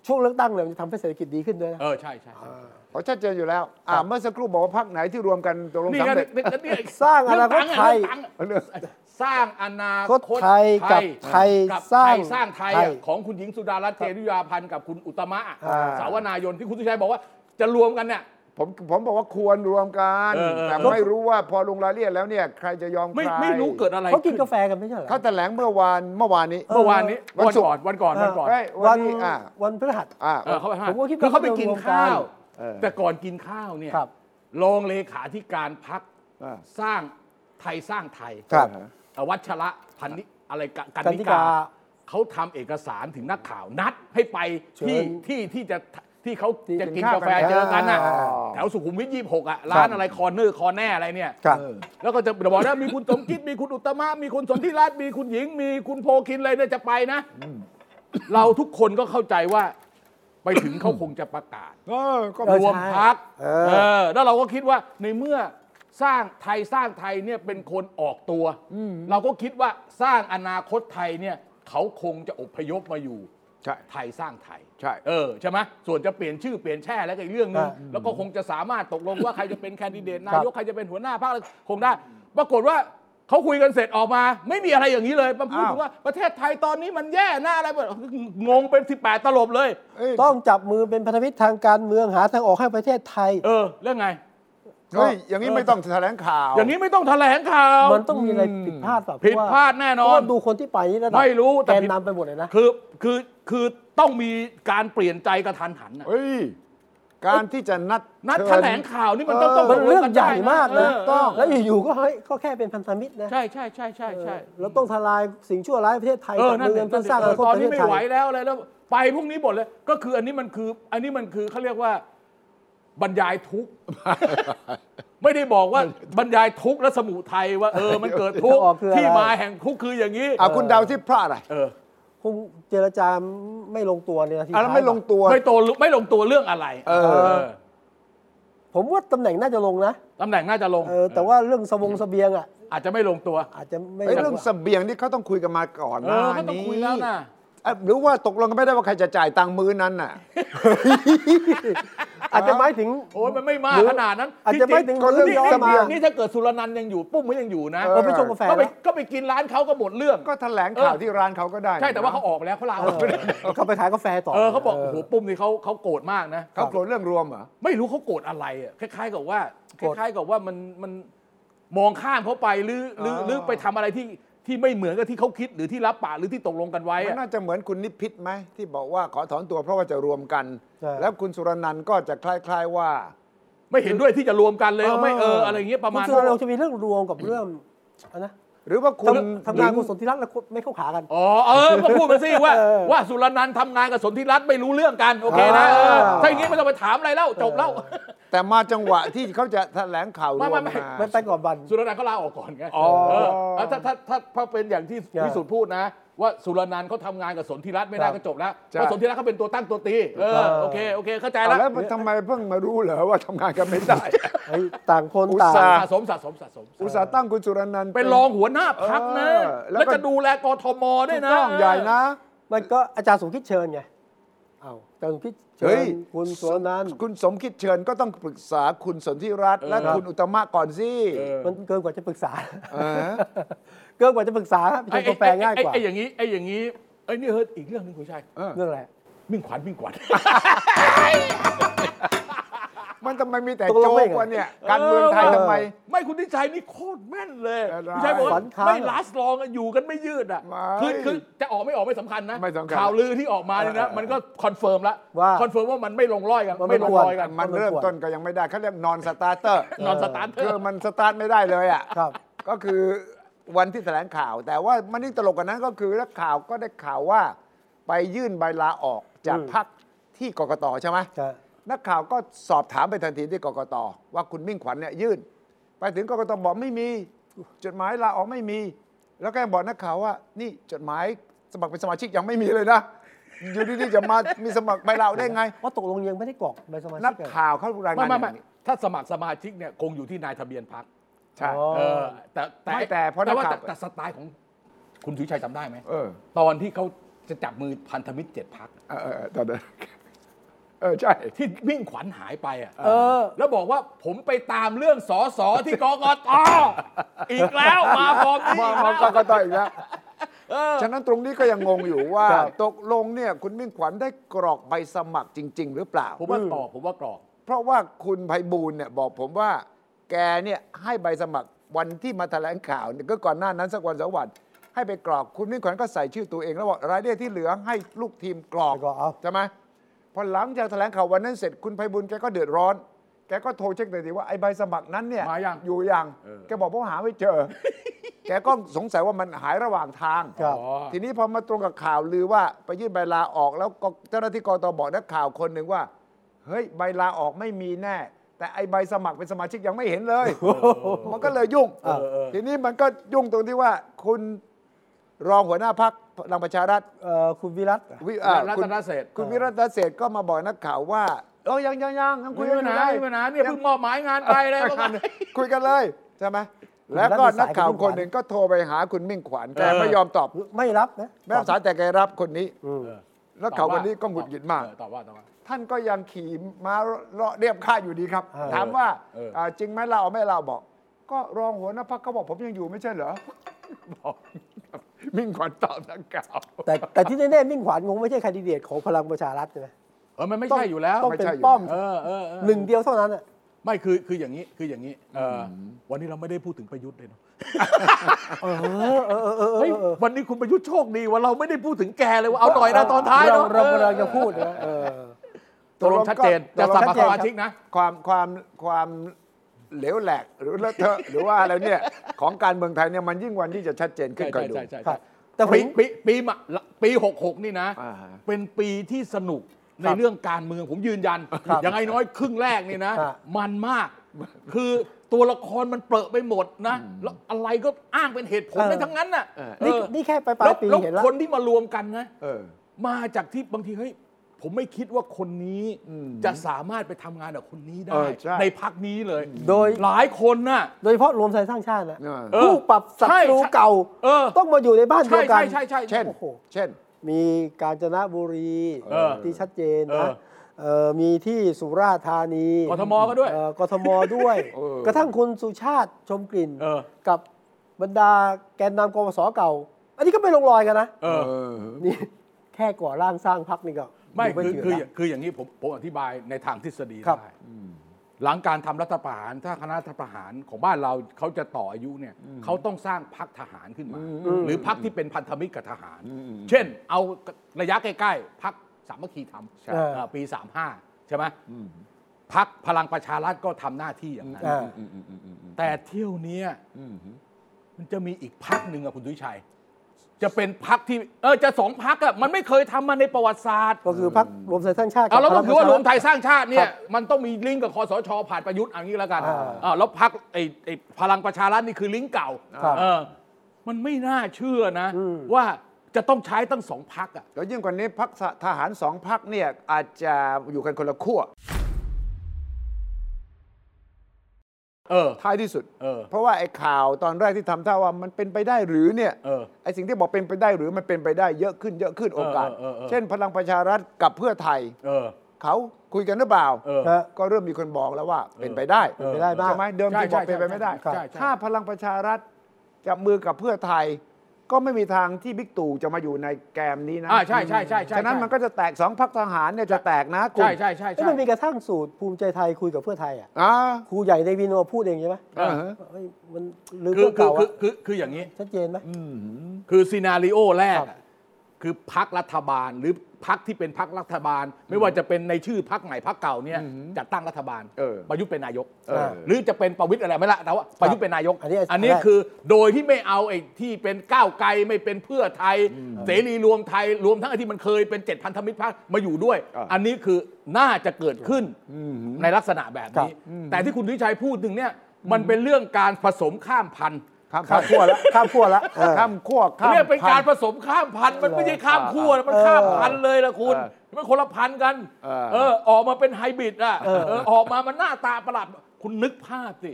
ช่วงเลือกตั้งเนี่ยมันจะทำให้เศรษฐกิจดีขึ้นด้วยนะ เออใช่ใช่ใช่ เขาชัดเจนอยู่แล้วอ่าเมื่อสักครู่บอกว่าพักไหนที่รวมกันตกลง นี่ สำ ไง เร็จ นี่นี่ สร้างอนาคตไทย เรื่องตังค์อะเรื่องตังค์อะสร้างอนา ก็ คต ไทยกับไทย กับ ส ส ร้า ร้าง งสร้างไทยอะของคุณหญิงสุดารัตน์เจริยาพันธ์กับคุณอุตตมะอะ อ่า สาวนายนที่คุณสุชัยบอกว่าจะรวมกันเนี่ย ผมผมบอกว่าควรรวมกัน เออเออ แต่ไม่รู้ว่าพอลงรายละเอียดแล้วเนี่ยใครจะยอม ไม่ ใคร ไม่รู้เกิดอะไร เขากิน ขึ้ กาแฟกันไม่ใช่เหรอ เขาแถลงเมื่อวานเมื่อวานนี้ เมื่อวานนี้ เออวั วัน น ศุกร์ ก่อนวันก่อนวันก่อน เฮ้ย วั วัน น นี้อ่า วันพฤหัส อ่า เออเขาไปห้า ผมก็คิดว่า คือเขาไปกินข้าว เออ แต่ก่อนกินข้าวเนี่ย ครับ รองเลขาธิการพักสร้างไทยสร้างไทย ครับ วัชระพันนิอะไรกะกัน กันนิกากนิาเขาทำเอกสารถึงนักข่าวนัดให้ไปที่ เชิญ ที่ที่จะที่เขา ที่ จะ กิ กิ น น ข้าว กาแฟ กัน เจอกันน่ะ อ่า แถวสุขุมวิทยี่หกอ่ะร้านอะไรคอร์เนอร์คอร์แน่อะไรเนี่ย ครับ เออแล้วก็จะบอกว่ามีคุณสมคิดมีคุณอุตตมะมีคุณสนธิรัตน์มีคุณหญิง มีคุณโพคินอะไรเนี่ยจะไปนะ เราทุกคนก็เข้าใจว่า ไปถึงเขาคงจะประกาศ เออก็ เออ รวม ใช่ พัก เออ แล้วเราก็คิดว่าในเมื่อสร้างไทยสร้างไทยเนี่ยเป็นคนออกตัว เราก็คิดว่าสร้างอนาคตไทยเนี่ยเขาคงจะอพยพมาอยู่ ใช่ ไทยสร้างไทย ใช่ เออใช่ไหมส่วนจะเปลี่ยนชื่อเปลี่ยนแช่แล้วก็อีกเรื่องหนึง แล้วก็คงจะสามารถตกลงว่าใครจะเป็นแคนดิเดตนายกใครจะเป็นหัวหน้าพรรคอะไรคงได้ ปรากฏว่าเขาคุยกันเสร็จออกมา ไม่มีอะไรอย่างนี้เลยมาพูดถึงว่าประเทศไทยตอนนี้มันแย่หน้าอะไรแบบงงเป็น 18 ตลบเลย เอ้ย ต้องจับมือเป็นพันธมิตรทางการเมืองหาทางออกให้ประเทศไทย เออเรื่องไง เฮ้ยอย่างนี้ไม่ต้องแถลงข่าว อย่างนี้ไม่ต้องแถลงข่าว มันต้องมีอะไรผิดพลาดเปล่า ผิดพลาดแน่นอเพระนว่ดูคนที่ไปนี่ระดับ ไม่รู้แต่ แกน ผิด นำไปหมดเลยนะ คือคือคือต้องมีการเปลี่ยนใจกระทันหันน่ะ เฮ้ย การที่จะนัด นัด เชิญ แถลงข่าวนี่มันต้อง เออ ต้อง มันเรื่องใหญ่มากนะ เออ ต้อง แล้วอยู่ๆก็เฮ้ยก็แค่เป็นพันธมิตรนะ ใช่ใช่ใช่ใช่ใช่ เราต้องทลายสิ่งชั่วร้ายประเทศไทย เออ จับ นั่น มือกันเพื่อเออ สร้างอนาคต ตอน ประเท นี้ ศ ไม่ ไท ไหวย แล้วอะไรแล้ว ไปพวกนี้หมดเลย ก็คืออันนี้มันคือ อันนี้มันคือเขาเรียกว่าบรรยายทุกข์ ไม่ได้บอก ว่าบรรยายทุกข์และสมุทัยว่าเออมันเกิดทุกข์ จะออกคืออะไร ที่มาแห่งทุกข์คืออย่างนี้ อ่ะคุณเดาวที่พลาดอะไร เออ คงเจรจาไม่ลงตัวเนี่ยนะที่ อ่ะแล้วไม่ลงตัว ไม่โตไม่ลงตัวเรื่องอะไร เออ ผมว่าตำแหน่งน่าจะลงนะ ตำแหน่งน่าจะลง เออแต่ว่าเรื่องสบงเสบียงอ่ะ อาจจะไม่ลงตัว อาจจะไม่ เอ้ย ล เรื่อง อะ เสบียงนี่เขาต้องคุยกันมาก่อนห เอ น้า อก็ต้อง นี้ คุยแล้วนะ อ่ะหรือว่าตกลงกันไม่ได้ว่าใครจะจ่ายตังค์มื้อนั้นน่ะ อาจจะหมายถึง โอ้ยมันไม่มาก หรือ ขนาดนั้น อาจจะไม่ถึง จริๆ เรื่องย้อนมา นี่นี่ถ้าเกิดสุรนันท์ยังอยู่ปุ้มมันยังอยู่นะ เอ เออ อ ไปชงกาแฟ ก็ไป แล้ว ก็ไปกินร้านเขาก็หมดเรื่อง ก็แถลงข่าว เออ ที่ร้านเขาก็ได้ ใช่แต่ว่าเขาออกไปแล้วเขาลาออกไปแล้ว เออเขาไปขายกาแฟต่อ เออเขาบอกโอ้โหปุ้มนี่เขาเขาโกรธมากนะ เขาโกรธเรื่องรวมเหรอ ไม่รู้เขาโกรธอะไรอ่ะคล้ายๆกับว่า โก ค รธ ล้ายๆกับว่ามันมันมองข้ามเขาไปหรือหรือ เออ หรือไปทำอะไรที่ที่ไม่เหมือนกับที่เขาคิดหรือที่รับปากหรือที่ตกลงกันไว้ มัน อะ น่าจะเหมือนคุณนิพิษไหมที่บอกว่าขอถอนตัวเพราะว่าจะรวมกัน ใช่ แล้วคุณสุรนันท์ก็จะคล้ายๆว่า ไม่เห็นด้วยที่จะรวมกันเลยเอาไม่เออ เอออ อะไรอย่างเงี้ยประ คุณ มาณ สุรนันท์จะมีเรื่องรวมกับเรื่องอันนะ หรือว่าคุณ ทำงานคุณสนธิรัตน์แล้วไม่เข้าขากัน อ๋อเออก็พูดมาสิว่า เออ ว่าสุรนันท์ทำงานกับสนธิรัตน์ไม่รู้เรื่องกันโอเคนะเออ เออ ถ้าอย่างงี้ไม่ต้องไปถามอะไรแล้วจบแล้ว แต่มาจังหวะที่เขาจะแถลงข่าวรวม ไม่ไม่ไม่ มา มันไปก่อนวัน สุรนันท์ก็ลาออกก่อนไง อ๋อ เออแล้วถ้าถ้าถ้าถ้าเป็นอย่างที่ ใช่ วิสุทธ์พูดนะ ว่าสุรนันท์เขาทำงานกับสนธิรัตน์ไม่คได้รับ ก็จบแล้วเพราะสนธิรัตน์เขาเป็นตัวตั้งตัวตีเอ เอ อ อ โอเคโอเคเข้าใจ เอา แล้ว แล้วมันทำไมเพิ่งมารู้เหรอว่าทำงานกันไม่ได้ เฮ้ยต่างคน อุต ต่าง ส่าห์ สะสมสะสมสะสม อุตส่าห์ตั้งคุณสุรนันท์ เป็นรองหัวหน้าพักนะ เออแล้วก็ แล้วจะดูแลกทมด้วยนะ ถูกต้องใหญ่นะ มันก็อาจารย์สมคิดเชิญไง เอาแต่งพิเชิ เฮ้ย ญคุณสวนันท์ คุณสมคิดเชิญก็ต้องปรึกษาคุณสนธิรัตน์และ เออ คุณอุตตมะก่อนสิ เออ มันเกินกว่าจะปรึกษา เออ เกินกว่าจะปรึกษาครับไปชมกาแฟง่ายกว่า ไอ้ไอ้ไอ้อย่างนี้ไอ้อย่างนี้ไอ้นี่เฮิร์ตอีกเรื่องหนึงคุณชัย เออ เรื่องอะไร มิ่งขวัญมิ่งขวัญ มันทำไมมีแต่โจ๊กวะเนี่ย การเมืองไทยทำไม ไม่คุณทิชัยนี่โคตรแม่นเลย อะไร คุณทิชัยบอกว่า ฝันค้าง ไม่ลาสลองอะอยู่กันไม่ยืดอ่ะ ไม่ คือคือจะออกไม่ออกไม่สำคัญนะ ไม่สำคัญ ข่าวลือที่ออกมาเนี่ยนะ เออ มันก็คอนเฟิร์มละ ว่า คอนเฟิร์มว่ามันไม่ลงรอยกัน มันไม่ ไม่ลงรอย ควร กัน มันเริ่มต้นก็ยังไม่ได้เขาเรียกนอนสตาร์เตอร์ นอนสตาร์ทเตอ คือ ร์ มันสตาร์ทไม่ได้เลยอ่ะ ครับ ก็คือวันที่แถลงข่าว แต่ว่ามันยิ่งตลกกว่านั้นก็คือนักข่าวก็ได้ข่าวว่า ไปยื่นใบลาออกจาก อืม พรรคที่กกตใช่ไหม จะ นักข่าวก็สอบถามไปทันทีที่กกตว่าคุณมิ่งขวัญเนี่ยยื่น ไปถึงกกตบอกไม่มี จดหมายลาออกไม่มี แล้วก็ยังบอกนักข่าวว่า นี่จดหมายสมัครเป็นสมาชิกยังไม่มีเลยนะอยู่ดีๆจะมามีสมัครใบลาออกได้ไง ว่าตกลงยังไม่ได้กรอกใบสมาชิก นัก เหรอ ข่าวเขาราย ไม่ งาน ไม่ อ ไม่ ย่างนี้ ถ้าสมัครสมาชิกเนี่ยคงอยู่ที่นายทะเบียนพรรค ใช่ อ๋อ เออแต่ ไม่แต่เพราะ แต่ว่า นัก แต่ ข่าว แต่สไตล์ของคุณทิชัยจำได้ไหม เออ ตอนที่เขาจะจับมือพันธมิตรเจ็ดพรรค เออเออเออตอนนั้นเออใช่ ที่มิ่งขวัญหายไปอ่ะ เออ แล้วบอกว่าผมไปตามเรื่องสอสอที่กกตอีกแล้วมาฟอร์มนี้ มา อีก มา แล้ว กกตอีกแล้วฉะนั้นตรงนี้ก็ยังงงอยู่ว่า ครับ ตกลงเนี่ย คุณมิ่งขวัญได้กรอกใบสมัครจริง ๆ หรือเปล่า ผมว่ากรอกผมว่ากรอก เพราะว่าคุณไพบูลย์เนี่ยบอกผมว่า แกเนี่ยให้ใบสมัครวันที่มาแถลงข่าวเนี่ยก็ก่อนหน้านั้นสักวันสองวันให้ไปกรอกคุณมิ่งขวัญก็ใส่ชื่อตัวเองแล้วบอกรายได้ที่เหลือให้ลูกทีมกรอก ไปกรอกเอา ใช่ไหมพอหลังจากแถลงข่าววันนั้นเสร็จคุณไพบูลย์แกก็เดือดร้อน แกก็โทรเช็คเลยทีว่าไอ้ใบสมัครนั้นเนี่ย มายัง อยู่ยังแกบอกว่าหาไม่เจอ แกก็สงสัยว่ามันหายระหว่างทาง ครับ อ๋อ ทีนี้พอมาตรงกับข่าวลือว่าไปยื่นใบลาออกแล้วก็เจ้าหน้าที่กตบอกนักข่าวคนหนึ่งว่า เฮ้ยใบลาออกไม่มีแน่ แต่ไอใบสมัครเป็นสมาชิกยังไม่เห็นเลย มันก็เลยยุ่ง เออเออ ทีนี้มันก็ยุ่งตรงที่ว่าคุณรองหัวหน้าพักพลังประชารัฐ เอ่อคุณวิรัตเหรอ วิอ่า รั คุ ตนณเศรษฐ์ คุณวิรัตนเศรษฐ์ก็มาบอกนักข่าวว่าเออยังยังยังยังคุ คุ ย ย กัน ปัญหาอยู่เลย มีปัญหาเนี่ยเพิ่งมอบหมายงานไปเลย ไม่ทันคุยกันเลยใช่ไหมแล้วก็นักข่าวคนหนึ่งก็โทรไปหาคุณมิ่งขวัญแต่ไม่ยอมตอบ ไม่รับนะ แม่รับสายแต่แกรับคนนี้ อืม แล้วเขาวันนี้ก็หงุดหงิดมาก เออตอบว่าตอบว่า ท่านก็ยังขี่ม้าเลาะเรียบค่ายอยู่ดีครับ เออ ถามว่า เออ เอ่อจริงไหมเราเอาไม่เราบอก ก็รองหัวหน้าพักเขาบอกผมยังอยู่ไม่ใช่เหรอ บอกมิ่งขวัญตอบนักข่าว แต่แต่ที่แน่ๆมิ่งขวัญคงไม่ใช่แคนดิเดตของพลังประชารัฐใช่ไหม เออมันไม่ใช่อยู่แล้ว ต้อง ไม่ เป็น ใช่อยู่ ป้อม เออเออเออ หนึ่งเดียวเท่านั้นอ่ะ ไม่คือคืออย่างนี้คืออย่างนี้เอออวันนี้เราไม่ได้พูดถึงประยุทธ์เลยเนาะ เออเออเออเออ เฮ้ย เออ วันนี้คุณประยุทธ์โชคดีว่าเราไม่ได้พูดถึงแกเลยว่าเอาหน่อยนะตอนท้าย เรา เนาะ เรากำลังจะพูดนะเออ ตกลงชัดเจนจะสมัครสมาชิกนะ ความความความเหลวแหลกหรือเลอะเท อะหรือว่าอะไรเนี่ยของการเมืองไทยเนี่ยมันยิ่งวันที่จะชัดเจนขึ้น ใช่ คอย ใช่ ดู ใช่คใช่รับ ใช่ แต่ผม ปีปีปีมาปีหกหกนี่นะ อ่าฮะ เป็นปีที่สนุกใน ครับ เรื่องการเมืองผมยืนยัน ครับ อย่างไอ้น้อยครึ่งแรกนี่นะ ฮะ มันมาก คือตัวละครมันเปรอะไปหมดนะ แล้วอะไรก็อ้างเป็นเหตุผลได้ทั้งนั้นน่ะ เออ นี่ เออ นี่แค่ปลายป แล้ ลา วย ปี แล้ว เห็นแล้ว คนที่มารวมกันนะ เออ มาจากที่บางทีเฮ้ยผมไม่คิดว่าคนนี้จะสามารถไปทำงานกับคนนี้ได้ เออใช่ พักนี้เลย โดย หลายคนน่ะ โดยเฉพาะรวมไทยสร้างชาตินะ เออ ผู้ปรับศัตรูเก่า เออ ต้องมาอยู่ในบ้านเดี ใช่ ยวกัน ใช่ใช่ใช่ เช่น โอ้โห เช่น มีกาญจนบุรี เออ ที่ชัดเจน เอ นะ อ เอ่อมีที่สุราษฎร์ธานี กทมก็ด้วย เอ่อกทมด้วย เออ กระทั่งคุณสุชาติชมกลิ่น เออ กับบรรดาแกนนำกปสเก่า อันนี้ก็ไม่ลงรอยกันนะ เออ เออ นี่แค่ก่อร่างสร้างพักนี่ก็ ไม่ ดู คือ จืด คือ ละ อย่างคืออย่างนี้ผมผมอธิบายในทางทฤษฎี ครับ ได้หลังการทำรัฐประหารถ้าคณะรัฐประหารของบ้านเราเขาจะต่ออายุเนี่ยเขาต้องสร้างพักทหารขึ้นมา หรือพักที่เป็นพันธมิตรกับทหาร เช่น เอาระยะใกล้ๆพักสามัคคีธรรม ใช่เออ เอ่อปี 35 ใช่ไหมพักพลังประชารัฐก็ทำหน้าที่อย่างนั้น เออ แต่เที่ยวเนี้ยมันจะมีอีกพักหนึ่งอะคุณทุยชัย จะเป็นพักที่เออจะสองพักอะมันไม่เคยทำมาในประวัติศาสตร์ ก็คือพักรวมไทยสร้างชาติ เอาแล้วก็ พ คือว่ารวม ปะช ไทยสร้างชาติเนี่ ครั ย บ มันต้องมีลิงก์กับคอสชผ่านประยุทธ์เอย่างนี้แล้วกัน อ่า อ่าแล้วพักไอ้ไอ้พลังประชารัฐนี่คือลิงก์เก่า ครับ เออมันไม่น่าเชื่อนะ อืม ว่าจะต้องใช้ตั้งสองพักอ่ะ แล้วยิ่งกว่านี้พักทหารสองพักเนี่ยอาจจะอยู่กันคนละขั้ว เออ ท้ายที่สุด เออ เพราะว่าไอ้ข่าวตอนแรกที่ทำท่าว่ามันเป็นไปได้หรือเนี่ย เออ ไอ้สิ่งที่บอกเป็นไปได้หรือมันเป็นไปได้เยอะขึ้นเยอะขึ้นโอกาส เออเออเออ เช่นพลังประชารัฐกับเพื่อไทย เออ เขาคุยกันหรือเปล่า เออ ฮะ ก็เริ่มมีคนบอกแล้วว่าเป็นไปได้ เออ เป็นไปได้บ้าง ใช่ไหมเดิม ใช่ ที่บอก ใช่ เป็นไปไม่ได้ ใช่ใช่ใช่ ถ้าพลังประชารัฐจับมือกับเพื่อไทย ก็ไม่มีทางที่บิ๊กตู่จะมาอยู่ในแกมนี้นะ อ่าใช่ใช่ใช่ใช่ ฉะนั้นมันก็จะแตกสองพักทหารเนี่ยจะแตกนะคุณ ใช่ใช่ใช่ แล้ว ใช่ มันมีกระทั่งสูตรภูมิใจไทยคุยกับเพื่อไทยอ่ะ อ่า ครูใหญ่ในวินโนพูดเองใช่ไหม อ่าฮะ เฮ้ยมันลืม คือ เรื่อง คือ เก่า คือ อะ คือคืออย่างนี้ ชัดเจนไหม คือซีนารีโอแรก ครับ อะคือพักรัฐบาลหรือพักที่เป็นพักรัฐบาล ไม่ว่าจะเป็นในชื่อพักใหม่พักเก่าเนี่ยจัดตั้งรัฐบาล เออ ประยุทธ์เป็นนายก เออ หรือจะเป็นประวิตยอะไรไม่ละแต่ว่าประยุทธ์เป็นนายก อันนี้ นนี้ อันแรก คือโดยที่ไม่เอาไอ้ที่เป็นก้าวไกลไม่เป็นเพื่อไทย เสรีรวมไทยรวมทั้งไอ้ที่มันเคยเป็นเจ็ดพันธมิตรพักมาอยู่ด้วย อันนี้คือน่าจะเกิดขึ้นในลักษณะแบบนี้ แต่ที่คุณทิชัยพูดถึงเนี่ยมันเป็นเรื่องการผสมข้ามพันธุ์ ข้าม ข้ามขั้ วแล้วข้ามขั้วแล้วเออ ข้ามขั้วข้าม เรียกเป็น พั การ น ผสมข้ามพันธุ์มันไม่ใช่ข้ามขั้วนะมันข้ามพันธุ์เลยละคุณ เออ มันคนละพันธุ์กัน เออ เออออกมาเป็นไฮบริดอ่ะเออออกมามันหน้าตาประหลาดคุณนึกภาพสิ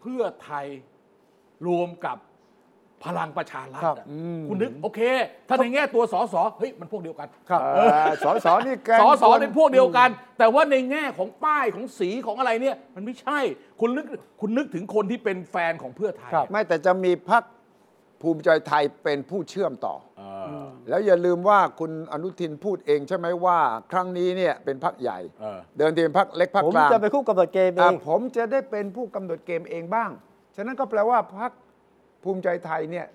เพื่อไทยรวมกับพลังประชารัฐอะคุณนึกโอเค ถ้าในแง่ตัวสอสอเฮ้ยมันพวกเดียวกัน เอ่อสอสอนี่แกง สอสอ ว เป็นพวกเดียวกัน แต่ว่าในแง่ของป้ายของสีของอะไรเนี่ย มันไม่ใช่ คุณนึกคุณนึกถึงคนที่เป็นแฟนของเพื่อไทย ครับ ไม่แต่จะมีพักภูมิใจไทยเป็นผู้เชื่อมต่ออแล้วอย่าลืมว่าคุณอนุทินพูดเองใช่ไหมว่า ครั้งนี้เนี่ยเป็นพักใหญ่ เออ เดินทีเป็นพักเล็กพัก ผม กลาง จะไปคู่กับเกมเอ อ่ะ ง ผมจะได้เป็นผู้กำหนดเกมเองบ้าง ฉะนั้นก็แปลว่าพักภูมิใจไทยเนี่ย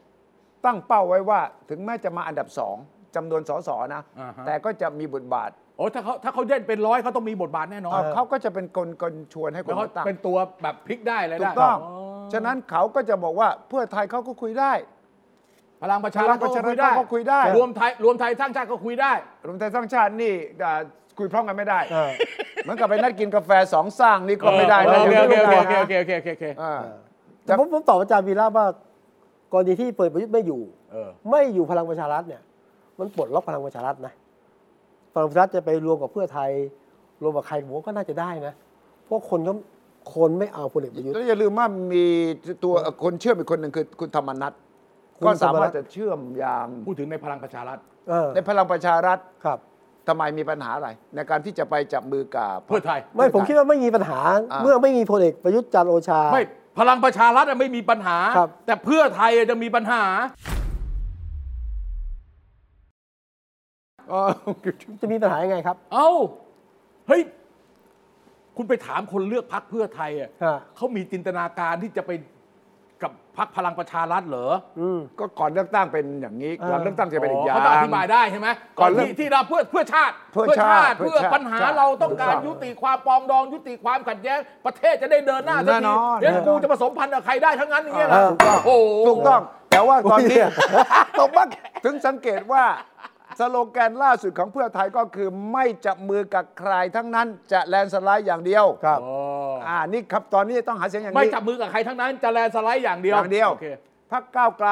ตั้งเป้าไว้ว่า ถึงแม้จะมาอันดับสองจำนวนสสนะ อ่าฮะ แต่ก็จะมีบทบาท โอ้ถ้าเขาถ้าเขาเล่นเป็นร้อยเขาต้องมีบทบาทแน่นอน อ่ะเขาก็จะเป็นคนคนชวนให้คน แล้วเขา มาตั้ง เป็นตัวแบบพลิกได้เลย ถู ได้ กต้อง อ๋อ ฉะนั้นเขาก็จะบอกว่าเพื่อไทยเขาก็คุยได้ พลังประชา พลั รัฐ งประชารัฐ ก็ ก็คุยได้ รวมไทยรวมไทยสร้างชาติก็คุยได้ รวมไทยสร้างชาตินี่อ่าคุยพร้อมกันไม่ได้ เออ เหมือนกับไปนัดกินกาแฟสองสร้างนี่ก็ไม่ได้ เอ นะ อโอเค ดี๋ยว โอเคโอไม่รู้กัน เคโอเคโอเคโอเคโอเค อ่า แต่ผมผมตอบอาจารย์วีระว่ากรณีที่เปิดประยุทธ์ไม่อยู่ เออ ไม่อยู่พลังประชารัฐเนี่ย มันปลดล็อกพลังประชารัฐนะพลังประชารัฐจะไปรวมกับเพื่อไทย รวมกับใครผมว่าก็น่าจะได้นะเพราะคนก็คนไม่เอาพลเอกประยุทธ์ แล้วอย่าลืมว่ามีตัวคนเชื่อมอีกคนหนึ่งคือคุณธรรมนัท คุณ ก็ ธร สาร มนั มาร ส ถจะเชื่อมยาง พูดถึงในพลังประชารัฐ เออ ในพลังประชารัฐ ครับ ทำไมมีปัญหาอะไร ในการที่จะไปจับมือกับ เพื่อไทย ไม่ผมคิดว่าไม่มีปัญหา เมื่อไม่มีพลเอกประยุทธ์จันทร์โอชา ไม่พลังประชารัฐอะไม่มีปัญหา ครับ แต่เพื่อไทยอะจะมีปัญหา เออ จะมีปัญหายังไงครับ เอ้าเฮ้ยคุณไปถามคนเลือกพักเพื่อไทยอะ ฮะ เขามีจินตนาการที่จะไปกับพักพลังประชารัฐเหรอ อืม ก็ก่อนเลือกตั้งเป็นอย่างนี้ เออ หลังเลือกตั้งจะเป็นอีกอย่าง เขาต้องอธิบายได้ใช่ไหม ก่อนเริ่ม ที่ที่เราเพื่อเพื่อชาติ เพื่อชาติ เพื่อ เพื่อชาติ ปัญหา ใช่ เราต้องการ ถูกต้อง ยุติความปรองดอง ยุติความขัดแย้ง ประเทศจะได้เดินหน้าสัก แน่น ที อน เดี๋ยวกู แน่นอน จะผสมพันธุ์กับใครได้ทั้งนั้นอย่างเงี้ยเหรอ เออถูกต้อง โอ้โห ถูกต้อง แต่ว่าตอนนี้ โอ้ ตกบักถึงสังเกตว่าสโลแกนล่าสุดของเพื่อไทยก็คือไม่จับมือกับใครทั้งนั้นจะแลนด์สไลด์อย่างเดียว ครับ อ่านี่ครับตอนนี้ต้องหาเสียงอย่างนี้ ไม่จับมือกับใครทั้งนั้น จะแลนด์สไลด์อย่างเดียว อย่างเดียว โอเค พักก้าวไกล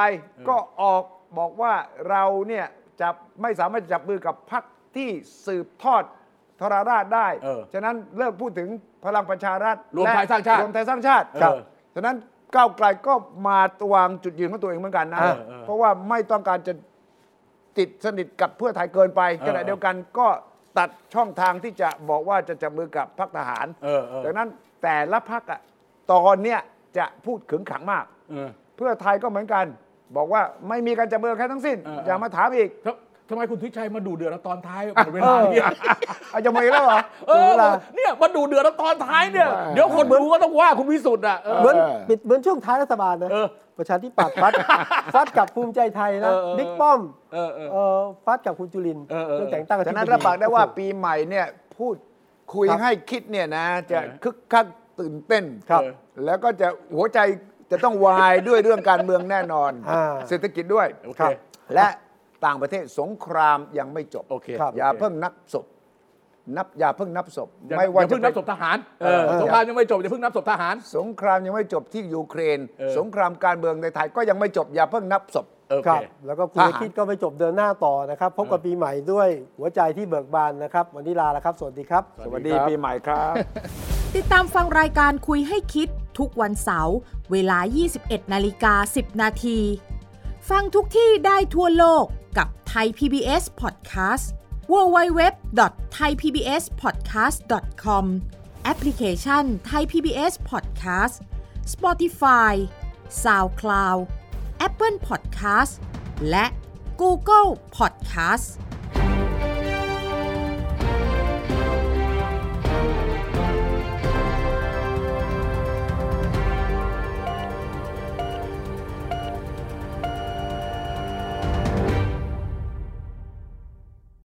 ก็ออกบอกว่าเราเนี่ยจะไม่สามารถจะจับมือกับพักที่สืบทอดทรราชได้ เออ ฉะนั้นเลิกพูดถึงพลังประชารัฐ รวมไทย และ สร้างชาติ รวมไทยสร้างชาติ ครับ ฉะนั้นก้าวไกลก็มาวางจุดยืนของตัวเองเหมือนกันนะ เออ เออเพราะว่าไม่ต้องการจะติดสนิทกับเพื่อไทยเกินไปขณะเดียวกันก็ตัดช่องทางที่จะบอกว่าจะจับมือกับพรรคทหาร เออเออ ดังนั้นแต่ละพักอะตอนเนี้ยจะพูดขึงขังมาก เออ เพื่อไทยก็เหมือนกัน บอกว่าไม่มีการจับมือใครทั้งสิ้น เออเอออ อย่ามาถามอีก ทำทำไมคุณทวิชัยมาดูเดือดตอน ท้ายหมดเวลาเนี่ย อาจจะมาอีกแล้วเหรอ เออเนี่ยมาดูเดือดตอนท้ายเนี่ย เดี๋ยวคนดูก็ต้องว่าคุณวิสุทธ์อ่ะเออ เหมือนปิดเหมือนช่วงท้ายรัฐบาลนะ เออ ประชาธิปัตย์ฟั ด ฟัดกับภูมิใจไทยนะ เออเออ บิ๊กป้อม เออเออ เออฟัดกับคุณจุลินทร์ เออเออ เรื่องแต่งตั้ง ฉะนั้น ธิดี รับปากได้ว่าปีใหม่เนี่ยพูดคุย ครับ ให้คิดเนี่ยนะ จะ เออ คึกคักตื่นเต้น ครับ แล้วก็จะหัวใจจะต้องวาย ด้วยเรื่องการเมืองแน่นอน อ่า เศรษฐกิจด้วย โอเค ครับและต่างประเทศสงครามยังไม่จบ โอเค ครับ อย่าเพิ่งนับศพ นับอย่าเพิ่งนับศพ อย่า ไม่ว่า อย่า จะ เพิ่งนัเป็บ น ศพทหารเออ เออ สงครามยังไม่จบอย่าเพิ่งนับศพทหาร สงครามยังไม่จบที่ยูเครน เออ สงครามการเมืองในไทยก็ยังไม่จบอย่าเพิ่งนับศพ โอ ค เค รับแล้วก็คุณ ทหาร จะคิดก็ไปจบเดินหน้าต่อนะครับ พบกับปีใหม่ด้วยหัวใจที่เบิกบานนะครับ วันนี้ลาแล้วครับ สวัสดีครับ สวัสดีปีใหม่ครับ ติดตามฟังรายการคุยให้คิด ทุกวันเสาร์เวลา 21 นาฬิกา 10 นาที ฟังทุกที่ได้ทั่วโลกกับไทย PBS Podcast www.thaipbspodcast.com แอปพลิเคชัน Thai PBS Podcast Spotify SoundCloud Apple Podcast และ Google Podcast